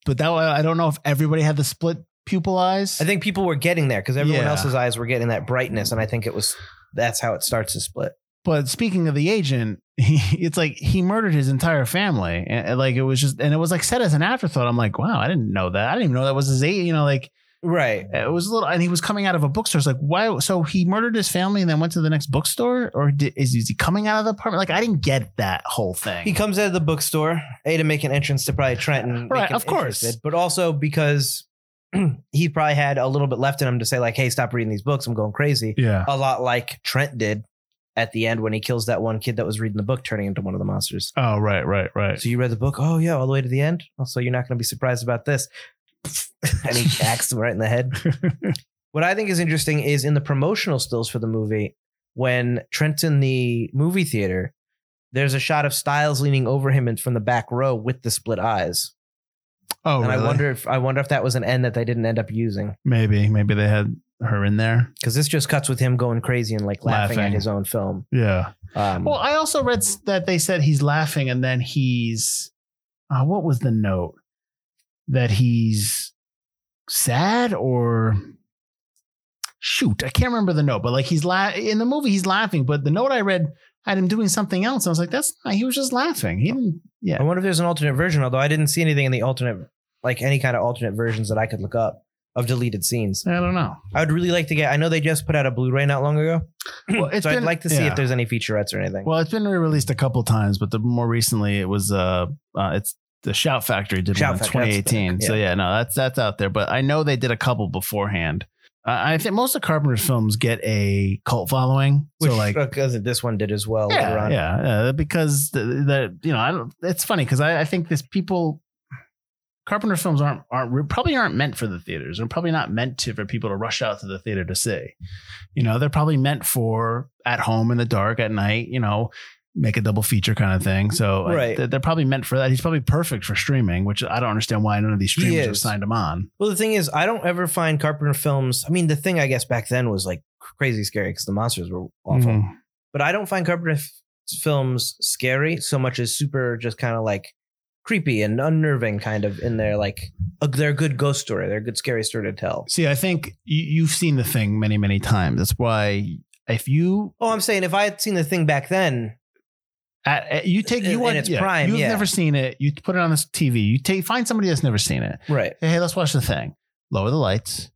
but that I don't know if everybody had the split pupil eyes. I think people were getting there because everyone Yeah. else's eyes were getting that brightness, and I think it was that's how it starts to split. But speaking of the agent, he, it's like he murdered his entire family. And, and, like it was just, and it was like said as an afterthought. I'm like, wow, I didn't know that. I didn't even know that was his eight. You know, like Right. it was a little, and he was coming out of a bookstore. It's like, why? So he murdered his family and then went to the next bookstore, or did, is, is he coming out of the apartment? Like I didn't get that whole thing. He comes out of the bookstore, A, to make an entrance to probably Trenton. Right, of course. but also because he probably had a little bit left in him to say, like, hey, stop reading these books. I'm going crazy. yeah. A lot like Trent did at the end when he kills that one kid that was reading the book, turning into one of the monsters. Oh right, right, right. So you read the book? Oh, yeah, all the way to the end. Also, you're not going to be surprised about this. and he axes him right in the head. What I think is interesting is in the promotional stills for the movie, when Trent's in the movie theater, there's a shot of Styles leaning over him and from the back row with the split eyes. oh, and really? I wonder if I wonder if that was an end that they didn't end up using. maybe maybe they had her in there. Because this just cuts with him going crazy and like laughing, at Laughing. his own film. Yeah. Um, Well, I also read s- that they said he's laughing, and then he's uh, what was the note that he's sad or shoot, I can't remember the note, but like he's la- in the movie he's laughing, but the note I read had him doing something else. I was like, that's not. He was just laughing. He didn't. I Yeah. wonder if there's an alternate version, although I didn't see anything in the alternate, like any kind of alternate versions that I could look up of deleted scenes. I don't know. I would really like to get. I know they just put out a Blu-ray not long ago, Well, it's so I'd been- like to see yeah. if there's any featurettes or anything. Well, it's been re-released a couple times, but the more recently it was uh, uh it's the Shout Factory did Shout one in Factory, that's the 2018. book, So yeah, no, that's that's out there. But I know they did a couple beforehand. Uh, I think most of Carpenter's films get a cult following. Which, so like. because this one did as well later Yeah, on. yeah, yeah, because the, the you know I don't. It's funny because I, I think this people, Carpenter films aren't aren't probably aren't meant for the theaters. They're probably not meant to for people to rush out to the theater to see. You know, they're probably meant for at home in the dark at night. You know, make a double feature kind of thing. So I- Right. they're- they're probably meant for that. He's probably perfect for streaming, which I don't understand why none of these He streamers have is. signed him on. Well, the thing is, I don't ever find Carpenter films. I mean, the thing I guess back then was like crazy scary because the monsters were awful. Mhm. But I don't find Carpenter f- films scary so much as super just kind of like creepy and unnerving, kind of in their like a, they're a good ghost story. They're a good scary story to tell. See, I think you, you've seen the thing many many times. That's why if you Oh, I'm saying if I had seen the thing back then, At, at- you take you In- in want its prime, You've yeah. never seen it. You put it on this TV. You take find somebody that's never seen it. right? Say, hey, let's watch the thing. Lower the lights.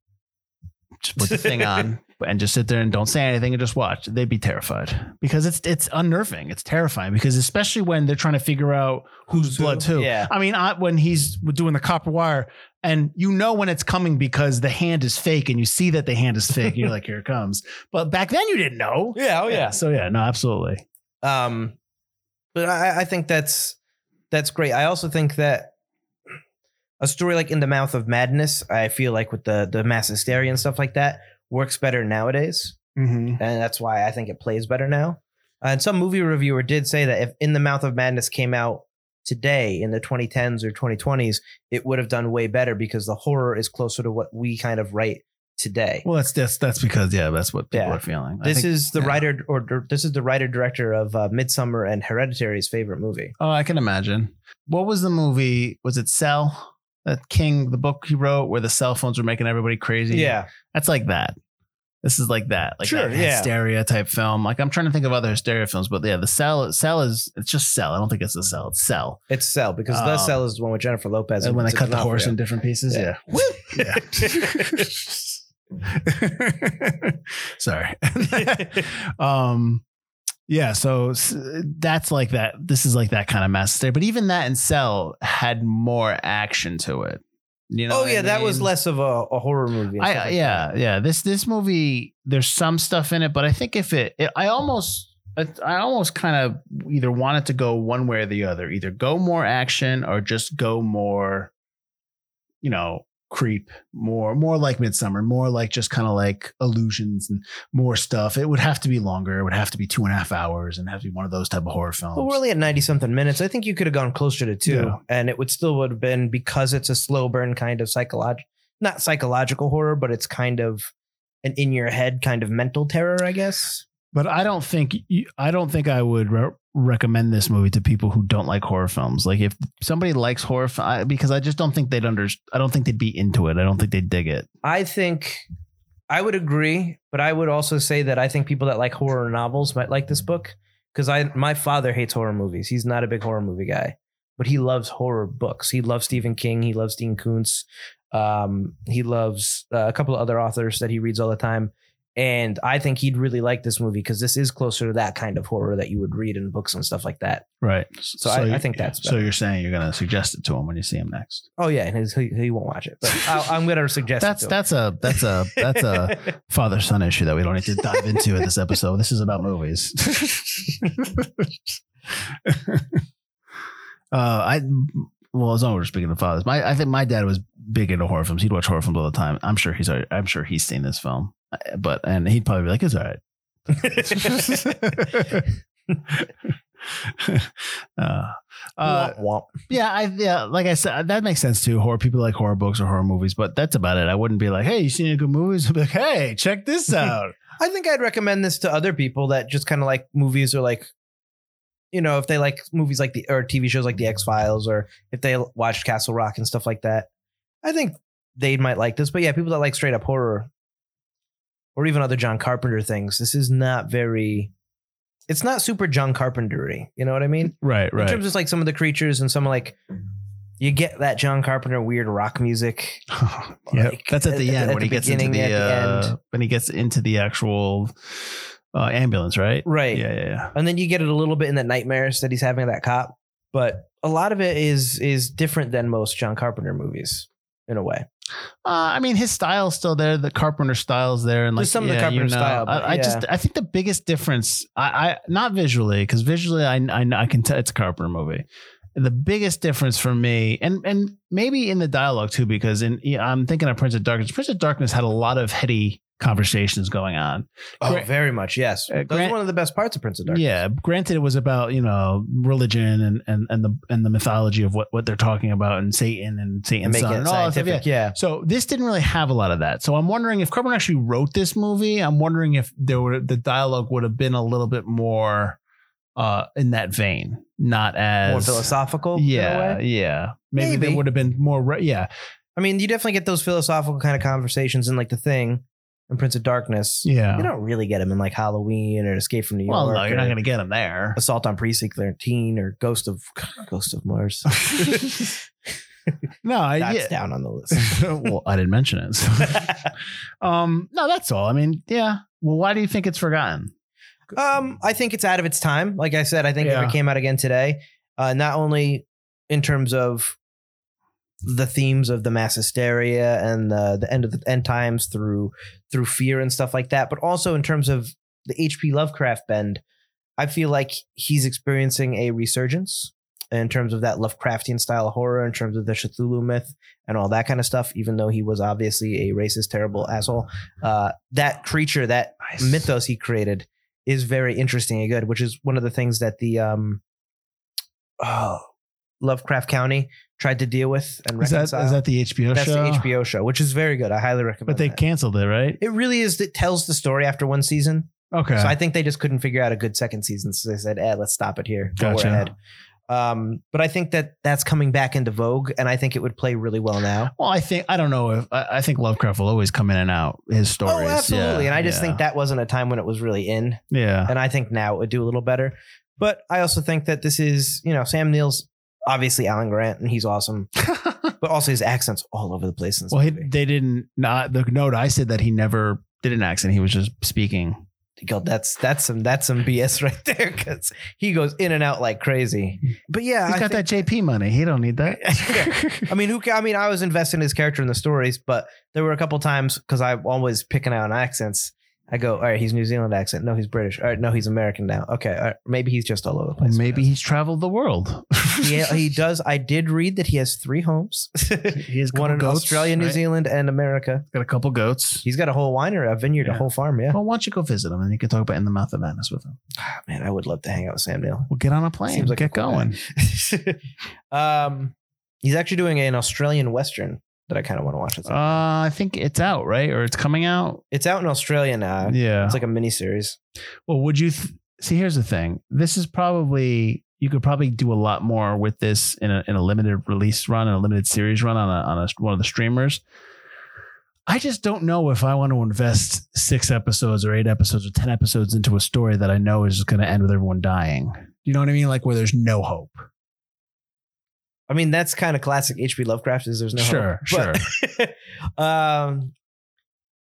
Just put the thing on and just sit there and don't say anything and just watch. They'd be terrified because it's it's unnerving. It's terrifying because especially when they're trying to figure out who's, Who's who? blood who. Yeah. I mean, I, when he's doing the copper wire and you know when it's coming because the hand is fake and you see that the hand is fake and you're like, here it comes. But back then you didn't know. Yeah. Oh So yeah, no, absolutely. Um, but I, I think that's that's great. I also think that a story like In the Mouth of Madness, I feel like with the the mass hysteria and stuff like that, works better nowadays, Mm-hmm. and that's why I think it plays better now. Uh, and some movie reviewer did say that if In the Mouth of Madness came out today in the 2010s or 2020s, it would have done way better because the horror is closer to what we kind of write today. Well, that's that's that's because yeah, that's what people Yeah. are feeling. I this think- is the yeah. writer or dir- this is the writer director of uh, Midsummer and Hereditary's favorite movie. Oh, I can imagine. What was the movie? Was it Cell? That King, the book he wrote, where the cell phones were making everybody crazy. that's like that. This is like that, like Sure, that yeah. hysteria type film. Like I'm trying to think of other hysteria films, but yeah, the cell, cell is it's just cell. I don't think it's the cell. It's cell. It's Cell because the Um, Cell is the one with Jennifer Lopez. And when they it's cut the not horse real. in different pieces, Yeah. yeah. Yeah. Sorry. um yeah, so s- that's like that. This is like that kind of mess there. But even that in Cell had more action to it. You know. oh what I yeah, that was mean? less of a, a horror movie. and I stuff like yeah that. yeah this this movie there's some stuff in it, but I think if it, it I almost I I almost kind of either wanted to go one way or the other, either go more action or just go more, you know, creep more more like Midsummer, more like just kind of like illusions and more stuff. It would have to be longer. It would have to be two and a half hours and have to be one of those type of horror films. But we're only at ninety something minutes. I think you could have gone closer to two, Yeah. and it would still would have been because it's a slow burn kind of psychological, not psychological horror, but it's kind of an in your head kind of mental terror, I guess. But I don't think you- I don't think I would re- recommend this movie to people who don't like horror films. Like if somebody likes horror, fi- I, because I just don't think they'd under I don't think they'd be into it. I don't think they'd dig it. I think I would agree, but I would also say that I think people that like horror novels might like this book because I my father hates horror movies. He's not a big horror movie guy, but he loves horror books. He loves Stephen King. He loves Dean Koontz. Um, he loves uh, a couple of other authors that he reads all the time. And I think he'd really like this movie because this is closer to that kind of horror that you would read in books and stuff like that. Right. So I- I think that's So better. you're saying you're going to suggest it to him when you see him next. Oh yeah, and his, he, he won't watch it. But I, I'm gonna suggest it That's to him. that's a that's a that's a father son issue that we don't need to dive into in this episode. This is about movies. uh, I well, as long as we're speaking of fathers, my I think my dad was big into horror films. He'd watch horror films all the time. I'm sure he's already- I'm sure he's seen this film, Uh, but and he'd probably be like, "It's all right." uh, Womp uh, womp. yeah, I yeah, like I said, that makes sense too. Horror people like horror books or horror movies, but that's about it. I wouldn't be like, "Hey, you seen any good movies?" I'd be like, "Hey, check this out." I think I'd recommend this to other people that just kind of like movies or like, you know, if they like movies like the or TV shows like the X Files or if they watched Castle Rock and stuff like that. I think they might like this, but yeah, people that like straight up horror or even other John Carpenter things. This is not very. It's not super John Carpentery. You know what I mean? right, In terms of like some of the creatures and some of like. You get that John Carpenter weird rock music. yeah, Like, that's at the at- end at when the he gets into beginning, the, at the uh, when he gets into the actual uh, ambulance, right? Right. Yeah, yeah, yeah. and then you get it a little bit in that nightmares that he's having of that cop but a lot of it is is different than most john carpenter movies in a way Uh, I mean, his style's still there. The Carpenter style's there, and like There's some of the yeah, Carpenter style, I, but I just, I think the biggest difference, I, I not visually, because visually, I, I, I can tell it's a Carpenter movie. The biggest difference for me, and and maybe in the dialogue too, because in yeah, I'm thinking of Prince of Darkness. Prince of Darkness had a lot of heady conversations going on. oh Grant- very much yes Uh, That was Grant- one of the best parts of prince of darkness Yeah, granted, it was about you know religion and and and the and the mythology of what what they're talking about and Satan and and Satan's making son it and all that stuff. Yeah. scientific yeah So this didn't really have a lot of that. So I'm wondering if Carpenter actually wrote this movie. I'm wondering if there were the dialogue would have been a little bit more uh in that vein, not as more philosophical in Yeah, a way. yeah. Maybe, Maybe. there would have been more. Re- yeah, i mean you definitely get those philosophical kind of conversations in like the thing in prince of darkness yeah. you don't really get them in like halloween or escape from new york well, no, you're not or going to get him there. assault on precinct 13 or ghost of ghost of mars no, I, that's yeah. down on the list well, I didn't mention it. so. um, no, that's all. I mean, yeah. Well, why do you think it's forgotten? Um, I think it's out of its time. Like I said, I think if Yeah. it came out again today, uh, not only in terms of the themes of the mass hysteria and the the end of the end times through through fear and stuff like that, but also in terms of the H.P. Lovecraft bend, I feel like he's experiencing a resurgence in terms of that Lovecraftian style of horror, in terms of the Cthulhu myth and all that kind of stuff. Even though he was obviously a racist, terrible asshole, uh, that creature, that mythos he created is very interesting and good, which is one of the things that the um oh, Lovecraft County tried to deal with and Is that is reconcile. that the HBO That's show? the HBO show, which is very good. I highly recommend. But they that. canceled it, right? It really is. It tells the story after one season, Okay. so I think they just couldn't figure out a good second season, so they said, "Eh, let's stop it here. But Gotcha. We're ahead." Um, but I think that that's coming back into vogue, and I think it would play really well now. well, I think I don't know if I, I think Lovecraft will always come in and out his stories. Oh, absolutely! Yeah, and I just yeah, think that wasn't a time when it was really in. yeah, and I think now it would do a little better. But I also think that this is, you know, Sam Neill's obviously Alan Grant, and he's awesome, but also his accents all over the place. In this well, he, movie. they didn't. Not the note I said that he never did an accent. He was just speaking. God, that's that's some that's some BS right there because he goes in and out like crazy. But yeah, He's I got think- that JP money. He don't need that. I mean, who? ca- I mean, I was invested in his character in the stories, but there were a couple times because I'm always picking out accents. I go, all right, he's New Zealand accent. No, he's British. All right, no, he's American now. Okay, all right, maybe he's just all over the Well, place. maybe he's traveled the world. he, he does. I did read that he has three homes. he has a one couple in goats, Australia, New right? Zealand, and America. Got a couple goats. He's got a whole winery, a vineyard, Yeah. Oh. a whole farm. Yeah, Well, why don't you go visit him and you can talk about In the Mouth of Madness with him? Ah, man, I would love to hang out with Sam Neill. Well, get on a plane. Seems like a get cool going. um, he's actually doing an Australian western that I kind of want to watch. It's, Uh, I think it's out, right? Or it's coming out. it's out in Australia now. yeah. Uh, It's like a mini series. well, would you th- see? Here's the thing. This is probably you could probably do a lot more with this in a in a limited release run and a limited series run on a on a, one of the streamers. I just don't know if I want to invest six episodes or eight episodes or 10 episodes into a story that I know is just going to end with everyone dying. You know what I mean? Like where there's no hope. I mean, that's kind of classic H.P. Lovecraft. Is there's no Sure, hope. But- um,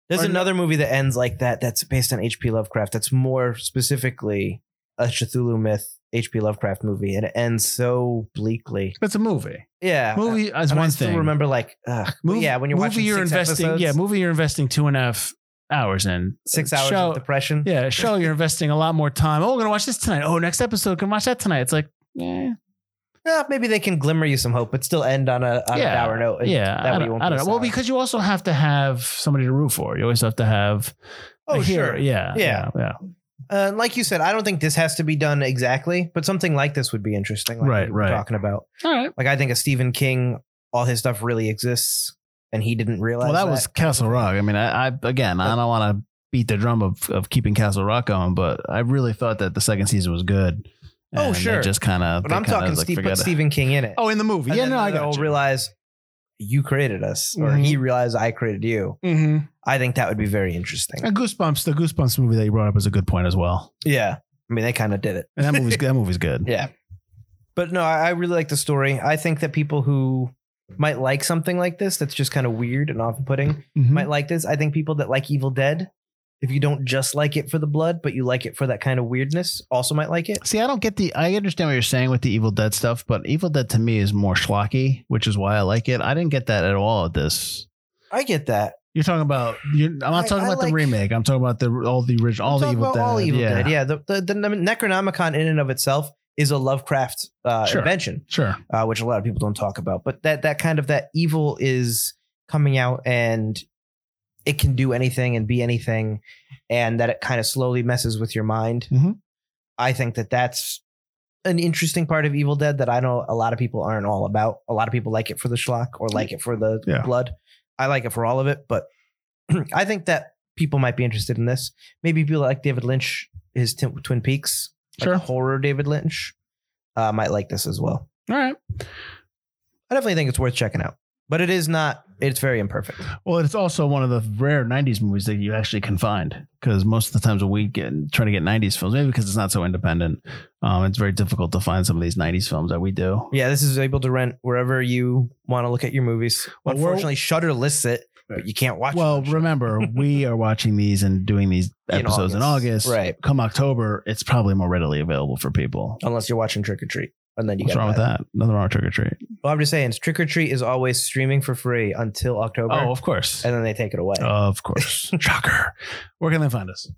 there's Or- another movie that ends like that. That's based on H.P. Lovecraft. That's more specifically a Cthulhu myth H.P. Lovecraft movie, and it ends so bleakly. It's a movie. Yeah, Movie is And one I still thing. remember like ugh, but Mov- yeah when you're movie watching you're six investing episodes, yeah movie you're investing two and a half hours in six hours Show- of depression. yeah show you're investing a lot more time oh we're gonna watch this tonight oh next episode gonna watch that tonight it's like eh, Eh, maybe they can glimmer you some hope, but still end on a on Yeah. a dour note. and yeah that I way don't, you won't I be don't know well sad. because you also have to have somebody to root for you always have to have oh a hero. sure, yeah Yeah. yeah, Uh, like you said, I don't think this has to be done exactly, but something like this would be interesting. Like Right, we were right. Talking about yeah. all right like I think a Stephen King, all his stuff really exists, and he didn't realize. well that was uh, castle rock i mean i, I again i don't want to beat the drum of, of keeping castle rock on but i really thought that the second season was good Oh, And they sure. just kind of But I'm talking Steve, put Stephen King in it. oh in the movie And yeah then no i they'll got you. realize you created us, or Mhm. he realized I created you. mm-hmm. I think that would be very interesting. And Goosebumps, the Goosebumps movie that you brought up is a good point as well. Yeah, I mean they kind of did it. And that movie's that movie's good. Yeah. But no, I, I really like the story. I think that people who might like something like this that's just kind of weird and off putting Mhm. might like this. I think people that like Evil Dead, if you don't just like it for the blood, but you like it for that kind of weirdness, also might like it. See, I don't get the. I understand what you're saying with the Evil Dead stuff, but Evil Dead to me is more schlocky, which is why I like it. I didn't get that at all. At this, I get that. you're talking about. You're, I'm not I- talking I about like- the remake. I'm talking about the all the original, all the Talk Evil about Dead. All Evil yeah. Dead. Yeah. The, the, the Necronomicon in and of itself is a Lovecraft uh, Sure. invention. sure. uh, which a lot of people don't talk about. But that that kind of that evil is coming out, and it can do anything and be anything, and that it kind of slowly messes with your mind. Mhm. I think that that's an interesting part of Evil Dead that I know a lot of people aren't all about. A lot of people like it for the schlock or like it for the Yeah. blood. I like it for all of it, but I think that people might be interested in this. Maybe people like David Lynch, his t- Twin Peaks, like Sure. horror David Lynch, uh, might like this as well. All right. I definitely think it's worth checking out. But it is not. It's very imperfect. Well, it's also one of the rare '90s movies that you actually can find because most of the times when we get trying to get '90s films, maybe because it's not so independent, um, it's very difficult to find some of these '90s films that we do. Yeah, this is able to rent wherever you want to look at your movies. Well, we're- Unfortunately, Shutter lists it, but you can't watch. Well, it. remember, we are watching these and doing these In episodes in August. August. Right. Come October, it's probably more readily available for people. unless you're watching Trick or Treat, and then you What's gotta wrong with buy it. that? Nothing wrong with trick or treat. Well, I'm just saying, Trick or Treat is always streaming for free until October, Oh, of course. and then they take it away. Of course. Shocker. Where can they find us?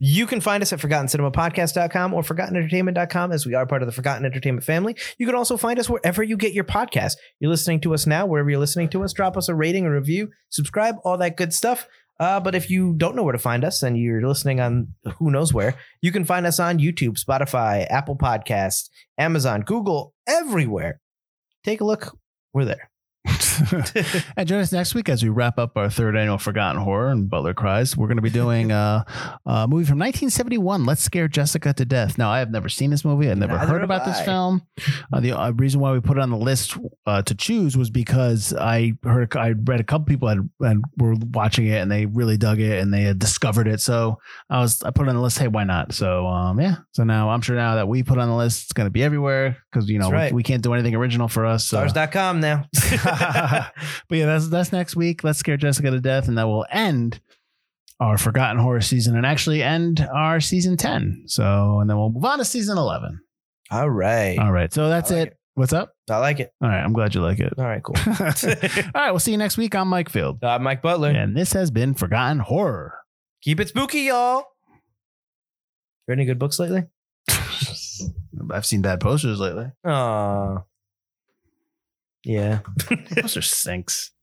You can find us at ForgottenCinemaPodcast.com or ForgottenEntertainment.com as we are part of the Forgotten Entertainment family. You can also find us wherever you get your podcast. You're listening to us now, wherever you're listening to us, drop us a rating, a review, subscribe, all that good stuff. Uh, but if you don't know where to find us and you're listening on who knows where, you can find us on YouTube, Spotify, Apple Podcasts, Amazon, Google, everywhere. Take a look. We're there. and join us next week as we wrap up our third annual Forgotten Horror and Butler Cries. We're going to be doing uh, a movie from 1971, Let's Scare Jessica to Death. Now, I have never seen this movie. I've never Neither heard have about this I. film. Uh, the uh, reason why we put it on the list uh, to choose was because I heard, I read a couple people had, had were watching it and they really dug it and they had discovered it. So I was, I put it on the list. Hey, why not? So, um, yeah. So now I'm sure now that we put it on the list, it's going to be everywhere because, you know, That's we- right. we, can't do anything original for us. So. Stars.com now. but yeah, that's that's next week. Let's scare Jessica to death, and that will end our Forgotten Horror season, and actually end our season ten. So, and then we'll move on to season eleven. all right. All right, so that's I it. like What's up? I like it. All right, I'm glad you like it. All right, cool. All right, we'll see you next week. I'm Mike Field, Uh, Mike Butler. and this has been Forgotten Horror. Keep it spooky, y'all. Read any good books lately? I've seen Uh, bad posters lately. Aw. Yeah. Poster sinks.